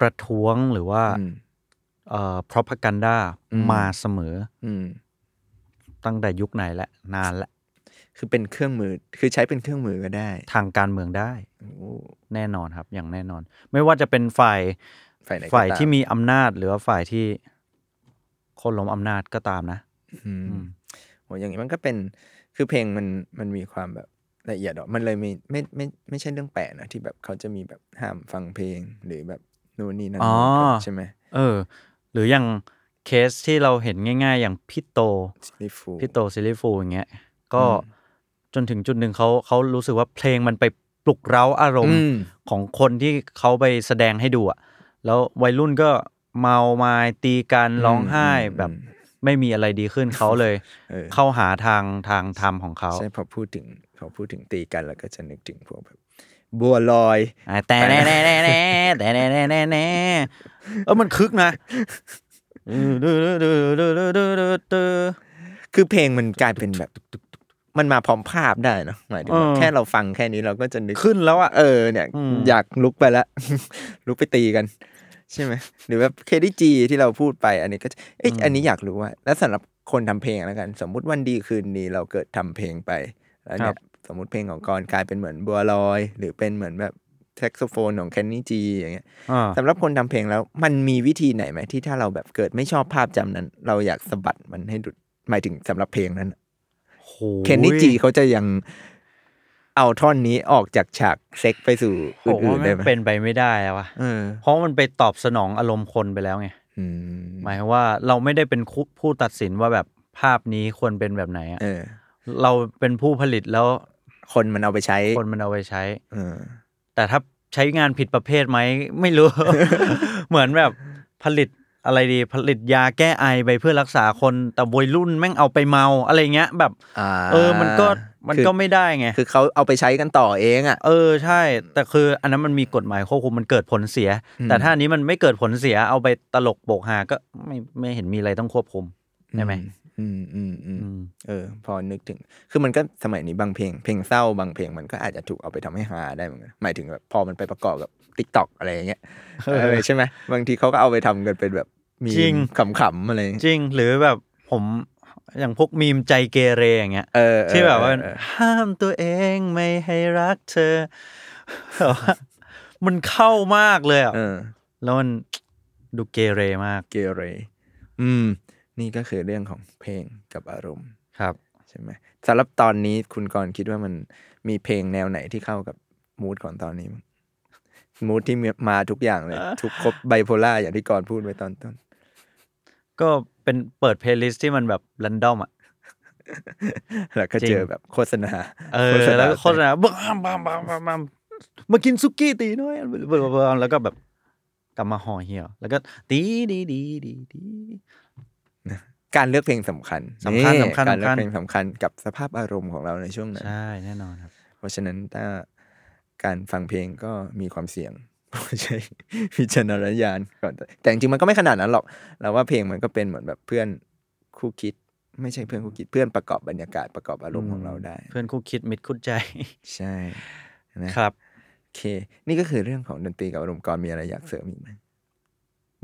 [SPEAKER 3] ประท้วงหรือว่า
[SPEAKER 2] อืม
[SPEAKER 3] เอ่อ propaganda
[SPEAKER 2] อืม
[SPEAKER 3] มาเสมอ
[SPEAKER 2] อืม
[SPEAKER 3] ตั้งแต่ยุคไหนและ นานและ
[SPEAKER 2] คือเป็นเครื่องมือ คือใช้เป็นเครื่องมือก็ได้
[SPEAKER 3] ทางการเมืองได้
[SPEAKER 2] โอ้
[SPEAKER 3] แน่นอนครับ อย่างแน่นอน ไม่ว่าจะเป็นฝ่าย
[SPEAKER 2] ฝ่ายไหนก็
[SPEAKER 3] ฝ่าย
[SPEAKER 2] ต
[SPEAKER 3] ที่มีอำนาจหรือว่าฝ่ายที่คนล้มอำนาจก็ตามนะ
[SPEAKER 2] อืม
[SPEAKER 3] อืม
[SPEAKER 2] โหอย่างนี้มันก็เป็น คือเพลงมันมันมีความแบบละเอียดอ่ะมันเลยมีไม่ไม่ไม่ใช่เรื่องแปลกนะที่แบบเขาจะมีแบบห้ามฟังเพลงหรือแบบนู่นนี่นั่น
[SPEAKER 3] อ๋อ
[SPEAKER 2] ใช่ไหม
[SPEAKER 3] เออ หรืออย่างเคสที่เราเห็นง่าย ๆ อย่างพี่โต
[SPEAKER 2] นี่ฟู
[SPEAKER 3] พี่โตซิลลิฟูลอย่างเงี้ยก็
[SPEAKER 2] อืม
[SPEAKER 3] จนถึงจุดหนึ่งเขาเขารู้สึกว่าเพลงมันไปปลุกเร้าอารม
[SPEAKER 2] อื
[SPEAKER 3] ณ์
[SPEAKER 2] ม
[SPEAKER 3] ของคนที่เขาไปแสดงให้ดูอะแล้ววัยรุ่นก็เมามายตีกันร้องไห้
[SPEAKER 2] อืม
[SPEAKER 3] แบบ
[SPEAKER 2] อืม
[SPEAKER 3] ไม่มีอะไรดีขึ้นเขาเลย
[SPEAKER 2] เออ
[SPEAKER 3] เข้าหาทางทางธรรมของเขา
[SPEAKER 2] ใช่พอพูดถึงพอพูดถึงตีกันแล้วก็จะนึกถึงพวกแบบบัวลอย
[SPEAKER 3] อ่ะแต่แน่แน่แน่แน่แต่แน่แน่แน่แน่เออมันคึกนะ
[SPEAKER 2] คือเพลงมันกลายเป็นแบบ มันมาพร้อมภาพได้เนอะหมายถึงว่า
[SPEAKER 3] เออ
[SPEAKER 2] แค่เราฟังแค่นี้เราก็จะนึก
[SPEAKER 3] ขึ้นแล้วอ่ะ
[SPEAKER 2] เออเนี่ย
[SPEAKER 3] อืม
[SPEAKER 2] อยากลุกไปละ ลุกไปตีกัน ใช่ไหมหรือแบบเคดจีที่เราพูดไป อันนี้ก็เอ๊ะอันนี้อยากรู้ว่า แล้วสำหรับคนทำเพลงแล้วกัน สมมุติวันดีคืนดีเราเกิดทำเพลงไป แล้วเนี่ยสมมติเพลงของกรกลายเป็นเหมือนบัวลอย หรือเป็นเหมือนแบบแซกโซโฟนของแคนนี่จีอย่างเงี้ย
[SPEAKER 3] อ่า
[SPEAKER 2] สำหรับคนทำเพลงแล้ว มันมีวิธีไหนไหมที่ถ้าเราแบบเกิดไม่ชอบภาพจำนั้น เราอยากสะบัดมันให้ดุดหมายถึงสำหรับเพลงนั้น
[SPEAKER 3] โห โห
[SPEAKER 2] เคนนิจิเขาจะยังเอาท่อนนี้ออกจากฉากเซ็กไปสู่
[SPEAKER 3] ผม
[SPEAKER 2] อื่ๆ
[SPEAKER 3] ว่านมั
[SPEAKER 2] ได้
[SPEAKER 3] น
[SPEAKER 2] ไหม
[SPEAKER 3] เป็นไปไม่ได้แล้ววะ
[SPEAKER 2] เออ
[SPEAKER 3] เพราะมันไปตอบสนองอารมณ์คนไปแล้วไง
[SPEAKER 2] อื
[SPEAKER 3] หมายความว่าเราไม่ได้เป็นคู่ผู้ตัดสินว่าแบบภาพนี้ควรเป็นแบบไหนอะ
[SPEAKER 2] เออ
[SPEAKER 3] เราเป็นผู้ผลิตแล้ว
[SPEAKER 2] คนมันเอาไปใช้
[SPEAKER 3] คนมันเอาไปใช้
[SPEAKER 2] เออ
[SPEAKER 3] แต่ถ้าใช้งานผิดประเภทไหมไม่รู้ เหมือนแบบผลิตอะไรดีผลิตยาแก้ไอไปเพื่อรักษาคนแต่วัยรุ่นแม่งเอาไปเมาอะไรเงี้ย แบบ
[SPEAKER 2] อ่า
[SPEAKER 3] เออมันก็มัน
[SPEAKER 2] คือ
[SPEAKER 3] ก็ไม่ได้ไง
[SPEAKER 2] คือเขาเอาไปใช้กันต่อเองอ่ะ
[SPEAKER 3] เออใช่ แต่คืออันนั้นมันมีกฎหมายควบคุมมันเกิดผลเสีย
[SPEAKER 2] อืม
[SPEAKER 3] แต่ถ้าอันนี้มันไม่เกิดผลเสียเอาไปตลกโปกหาก็ไม่ไม่เห็นมีอะไรต้องควบคุมใช่ไหม
[SPEAKER 2] อืมอืมอืม
[SPEAKER 3] อืม
[SPEAKER 2] เออ พอนึกถึง คือมันก็สมัยนี้บางเพลง เพลงเศร้าบางเพลงมันก็อาจจะถูกเอาไปทำให้ฮาได้เหมือนกันหมายถึงแบบพอมันไปประกอบกับติ๊กต็อกอะไรอย่างเงี้ย
[SPEAKER 3] เออ
[SPEAKER 2] เออใช่ไหมบางทีเขาก็เอาไปทำกันเป็นแบบมีม
[SPEAKER 3] จริง
[SPEAKER 2] ขำๆอะไรอย่างเงี้ย
[SPEAKER 3] จริงหรือแบบผมอย่างพวกมีมใจเกเรอย่างเงี้ย
[SPEAKER 2] เออเออ
[SPEAKER 3] ที่แบบว่า
[SPEAKER 2] เออ
[SPEAKER 3] ห้ามตัวเองไม่ให้รักเธอ แบบว่ามันเข้ามากเลยอ่ะ
[SPEAKER 2] เออ
[SPEAKER 3] แล้วมันดูเกเรมาก
[SPEAKER 2] เกเรอืม นี่ก็คือเรื่องของเพลงกับอารมณ์
[SPEAKER 3] ครับ
[SPEAKER 2] ใช่ไหมสำหรับตอนนี้คุณกรณ์คิดว่ามันมีเพลงแนวไหนที่เข้ากับมูดของตอนนี้มั้งมูดที่มาทุกอย่างเลย ทุกครบไบโพล่าอย่างที่กรณ์พูดไปตอนต้น
[SPEAKER 3] ก็เป็นเปิดเพลย์ลิสต์ที่มันแบบรันดอมอ่ะ
[SPEAKER 2] แล้วก็
[SPEAKER 3] จริง
[SPEAKER 2] เจอแบบโฆษณา
[SPEAKER 3] เออแล้วก็โฆษณาบ้ามบ้ามบ้ามบ้ามบ้ามมากินซุกี้ตีน้อยบ้ามบ้ามแล้วก็แบบกลับมาห่อเหี่ยว แล้วก็ตีดีดีดีดี
[SPEAKER 2] การเลือกเพลงสำคัญ
[SPEAKER 3] สำคัญ
[SPEAKER 2] นี่
[SPEAKER 3] สำคัญ
[SPEAKER 2] การเลือ
[SPEAKER 3] สำคั
[SPEAKER 2] ก
[SPEAKER 3] ญ
[SPEAKER 2] เพลงสำคัญกับสภาพอารมณ์ของเราในช่วงนั้น
[SPEAKER 3] ใช่แน่นอนครับ
[SPEAKER 2] เพราะฉะนั้นถ้าการฟังเพลงก็มีความเสี่ยง ใช้วิจารณญาณก่อนแต่แต่จริงๆมันก็ไม่ขนาดนั้นหรอกเราว่าเพลงมันก็เป็นเหมือนแบบเพื่อนคู่คิด ไม่ใช่เพื่อนคู่คิดเพื่อนประกอบบรรยากาศประกอบอารมณ์ของเราได้
[SPEAKER 3] เพื่อนคู่คิดมิตรคู่ใจ
[SPEAKER 2] ใช่นะครับ โอเค นี่ก็คือเรื่องของดนตรีกับอารมณ์ก่อนมีอะไรอยากเสริมอีกไหม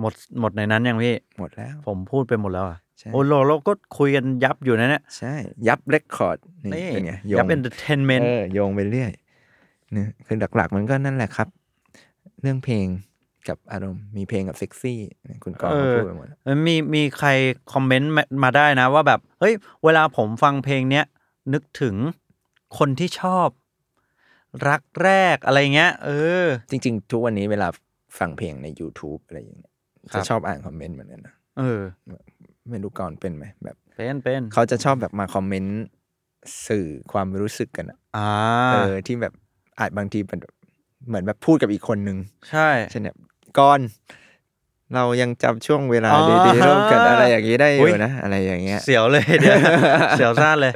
[SPEAKER 3] หมดหมดในนั้นยังพี่
[SPEAKER 2] หมดแล้ว
[SPEAKER 3] ผมพูดไปหมดแล้วอ่ะ
[SPEAKER 2] ใช่
[SPEAKER 3] โอ้โหเราก็คุยกันยับอยู่นะเนี่ย
[SPEAKER 2] ใช่ ยับเรคคอร์ดนี่
[SPEAKER 3] นี่
[SPEAKER 2] เป็นไง
[SPEAKER 3] ยับ
[SPEAKER 2] ง
[SPEAKER 3] เอนเตอร์เทนเมน
[SPEAKER 2] เอ
[SPEAKER 3] ต์
[SPEAKER 2] อโยงไปเรื่อยเนี่ยคือหลักๆ มันก็นั่นแหละครับ เรื่องเพลงกับอารมณ์มีเพลงกับเซ็กซี่เนี่ยคุณกองเขาพูดไปหมดแล้ว
[SPEAKER 3] มีมีใครคอมเมนต์มามาได้นะว่าแบบ เฮ้ย เวลาผมฟังเพลงเนี้ย นึกถึงคนที่ชอบ รักแรกอะไรเงี้ย เออ
[SPEAKER 2] จริง ๆ ทุกวันนี้เวลาฟังเพลงใน YouTube อะไรอย่างเงี้ย
[SPEAKER 3] ครั
[SPEAKER 2] จะ
[SPEAKER 3] บ
[SPEAKER 2] ชอบอ่านคอมเมนต์เหมือนกันนะ
[SPEAKER 3] เออ
[SPEAKER 2] ไม่รู้ก่อนเป็นไหมแบบ
[SPEAKER 3] เป็นเป็น
[SPEAKER 2] เขาจะชอบแบบมาคอมเมนต์สื่อความรู้สึกกันอะ
[SPEAKER 3] อ่า
[SPEAKER 2] เออที่แบบอาจบางทีเป็นแบบเหมือนแบบพูดกับอีกคนนึง
[SPEAKER 3] ใช่
[SPEAKER 2] เช่นแบบก่อน เรายังจำช่วงเวลา
[SPEAKER 3] อ๋อ
[SPEAKER 2] ดีๆร่วมกันอะไรอย่างนี้ได้อ
[SPEAKER 3] อุ๊ย
[SPEAKER 2] ยู่นะ อะไรอย่างเงี้ย
[SPEAKER 3] เสียวเลยเดี๋ยว เสียวซ่านเลย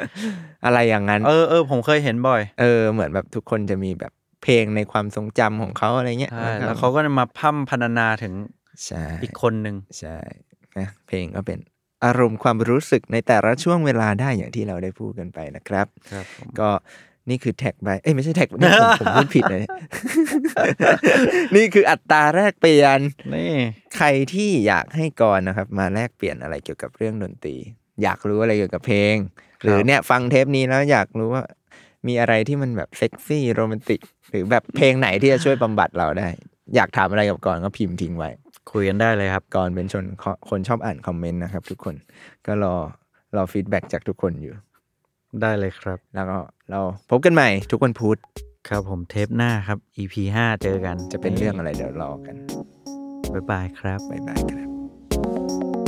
[SPEAKER 2] อะไรอย่างนั้น
[SPEAKER 3] เออเออผมเคยเห็นบ่อย
[SPEAKER 2] เออเหมือนแบบทุกคนจะมีแบบเพลงในความทรงจำของเขาอะไรเงี้ย
[SPEAKER 3] ใช่แล้วเขาก็มาพร่ำพรรณนาถึง
[SPEAKER 2] ใช่
[SPEAKER 3] อีกคนหนึ่ง
[SPEAKER 2] ใช่นะเพลงก็เป็นอารมณ์ความรู้สึกในแต่ละช่วงเวลาได้อย่างที่เราได้พูดกันไปนะครับ
[SPEAKER 3] ครับ
[SPEAKER 2] ก็นี่คือแท็กไปเอ้ยไม่ใช่แท็กนี่ผมผมพูดผิดเลย นี่คืออัตราแรกเปลี่ยน
[SPEAKER 3] นี่
[SPEAKER 2] ใครที่อยากให้กรณ์นะครับ มาแลกเปลี่ยนอะไรเกี่ยวกับเรื่องดนตรี อยากรู้อะไรเกี่ยวกับเพลง หรือเนี่ยฟังเทปนี้แล้วอยากรู้ว่า มีอะไรที่มันแบบเซ็กซี่โรแมนติก หรือแบบเพลงไหนที่จะช่วยบำบัดเราได้ อยากถามอะไรกับกรณ์ก็พิมพ์ทิ้งไว้
[SPEAKER 3] คุยกันได้เลยครับ
[SPEAKER 2] กรณ์เป็นชนคนชอบอ่านคอมเมนต์นะครับทุกคนก็รอรอฟีดแบ็จากทุกคนอยู่
[SPEAKER 3] ได้เลยครับ
[SPEAKER 2] แล้วก็เราพบกันใหม่ทุกวันพุธ
[SPEAKER 3] ครับผมเทปหน้าครับ EP 5 เจอกัน
[SPEAKER 2] จะเป็นเรื่องอะไรเดี๋ยวรอกัน
[SPEAKER 3] บ๊ายบายครับ
[SPEAKER 2] บ๊ายบายครับ
[SPEAKER 3] Thank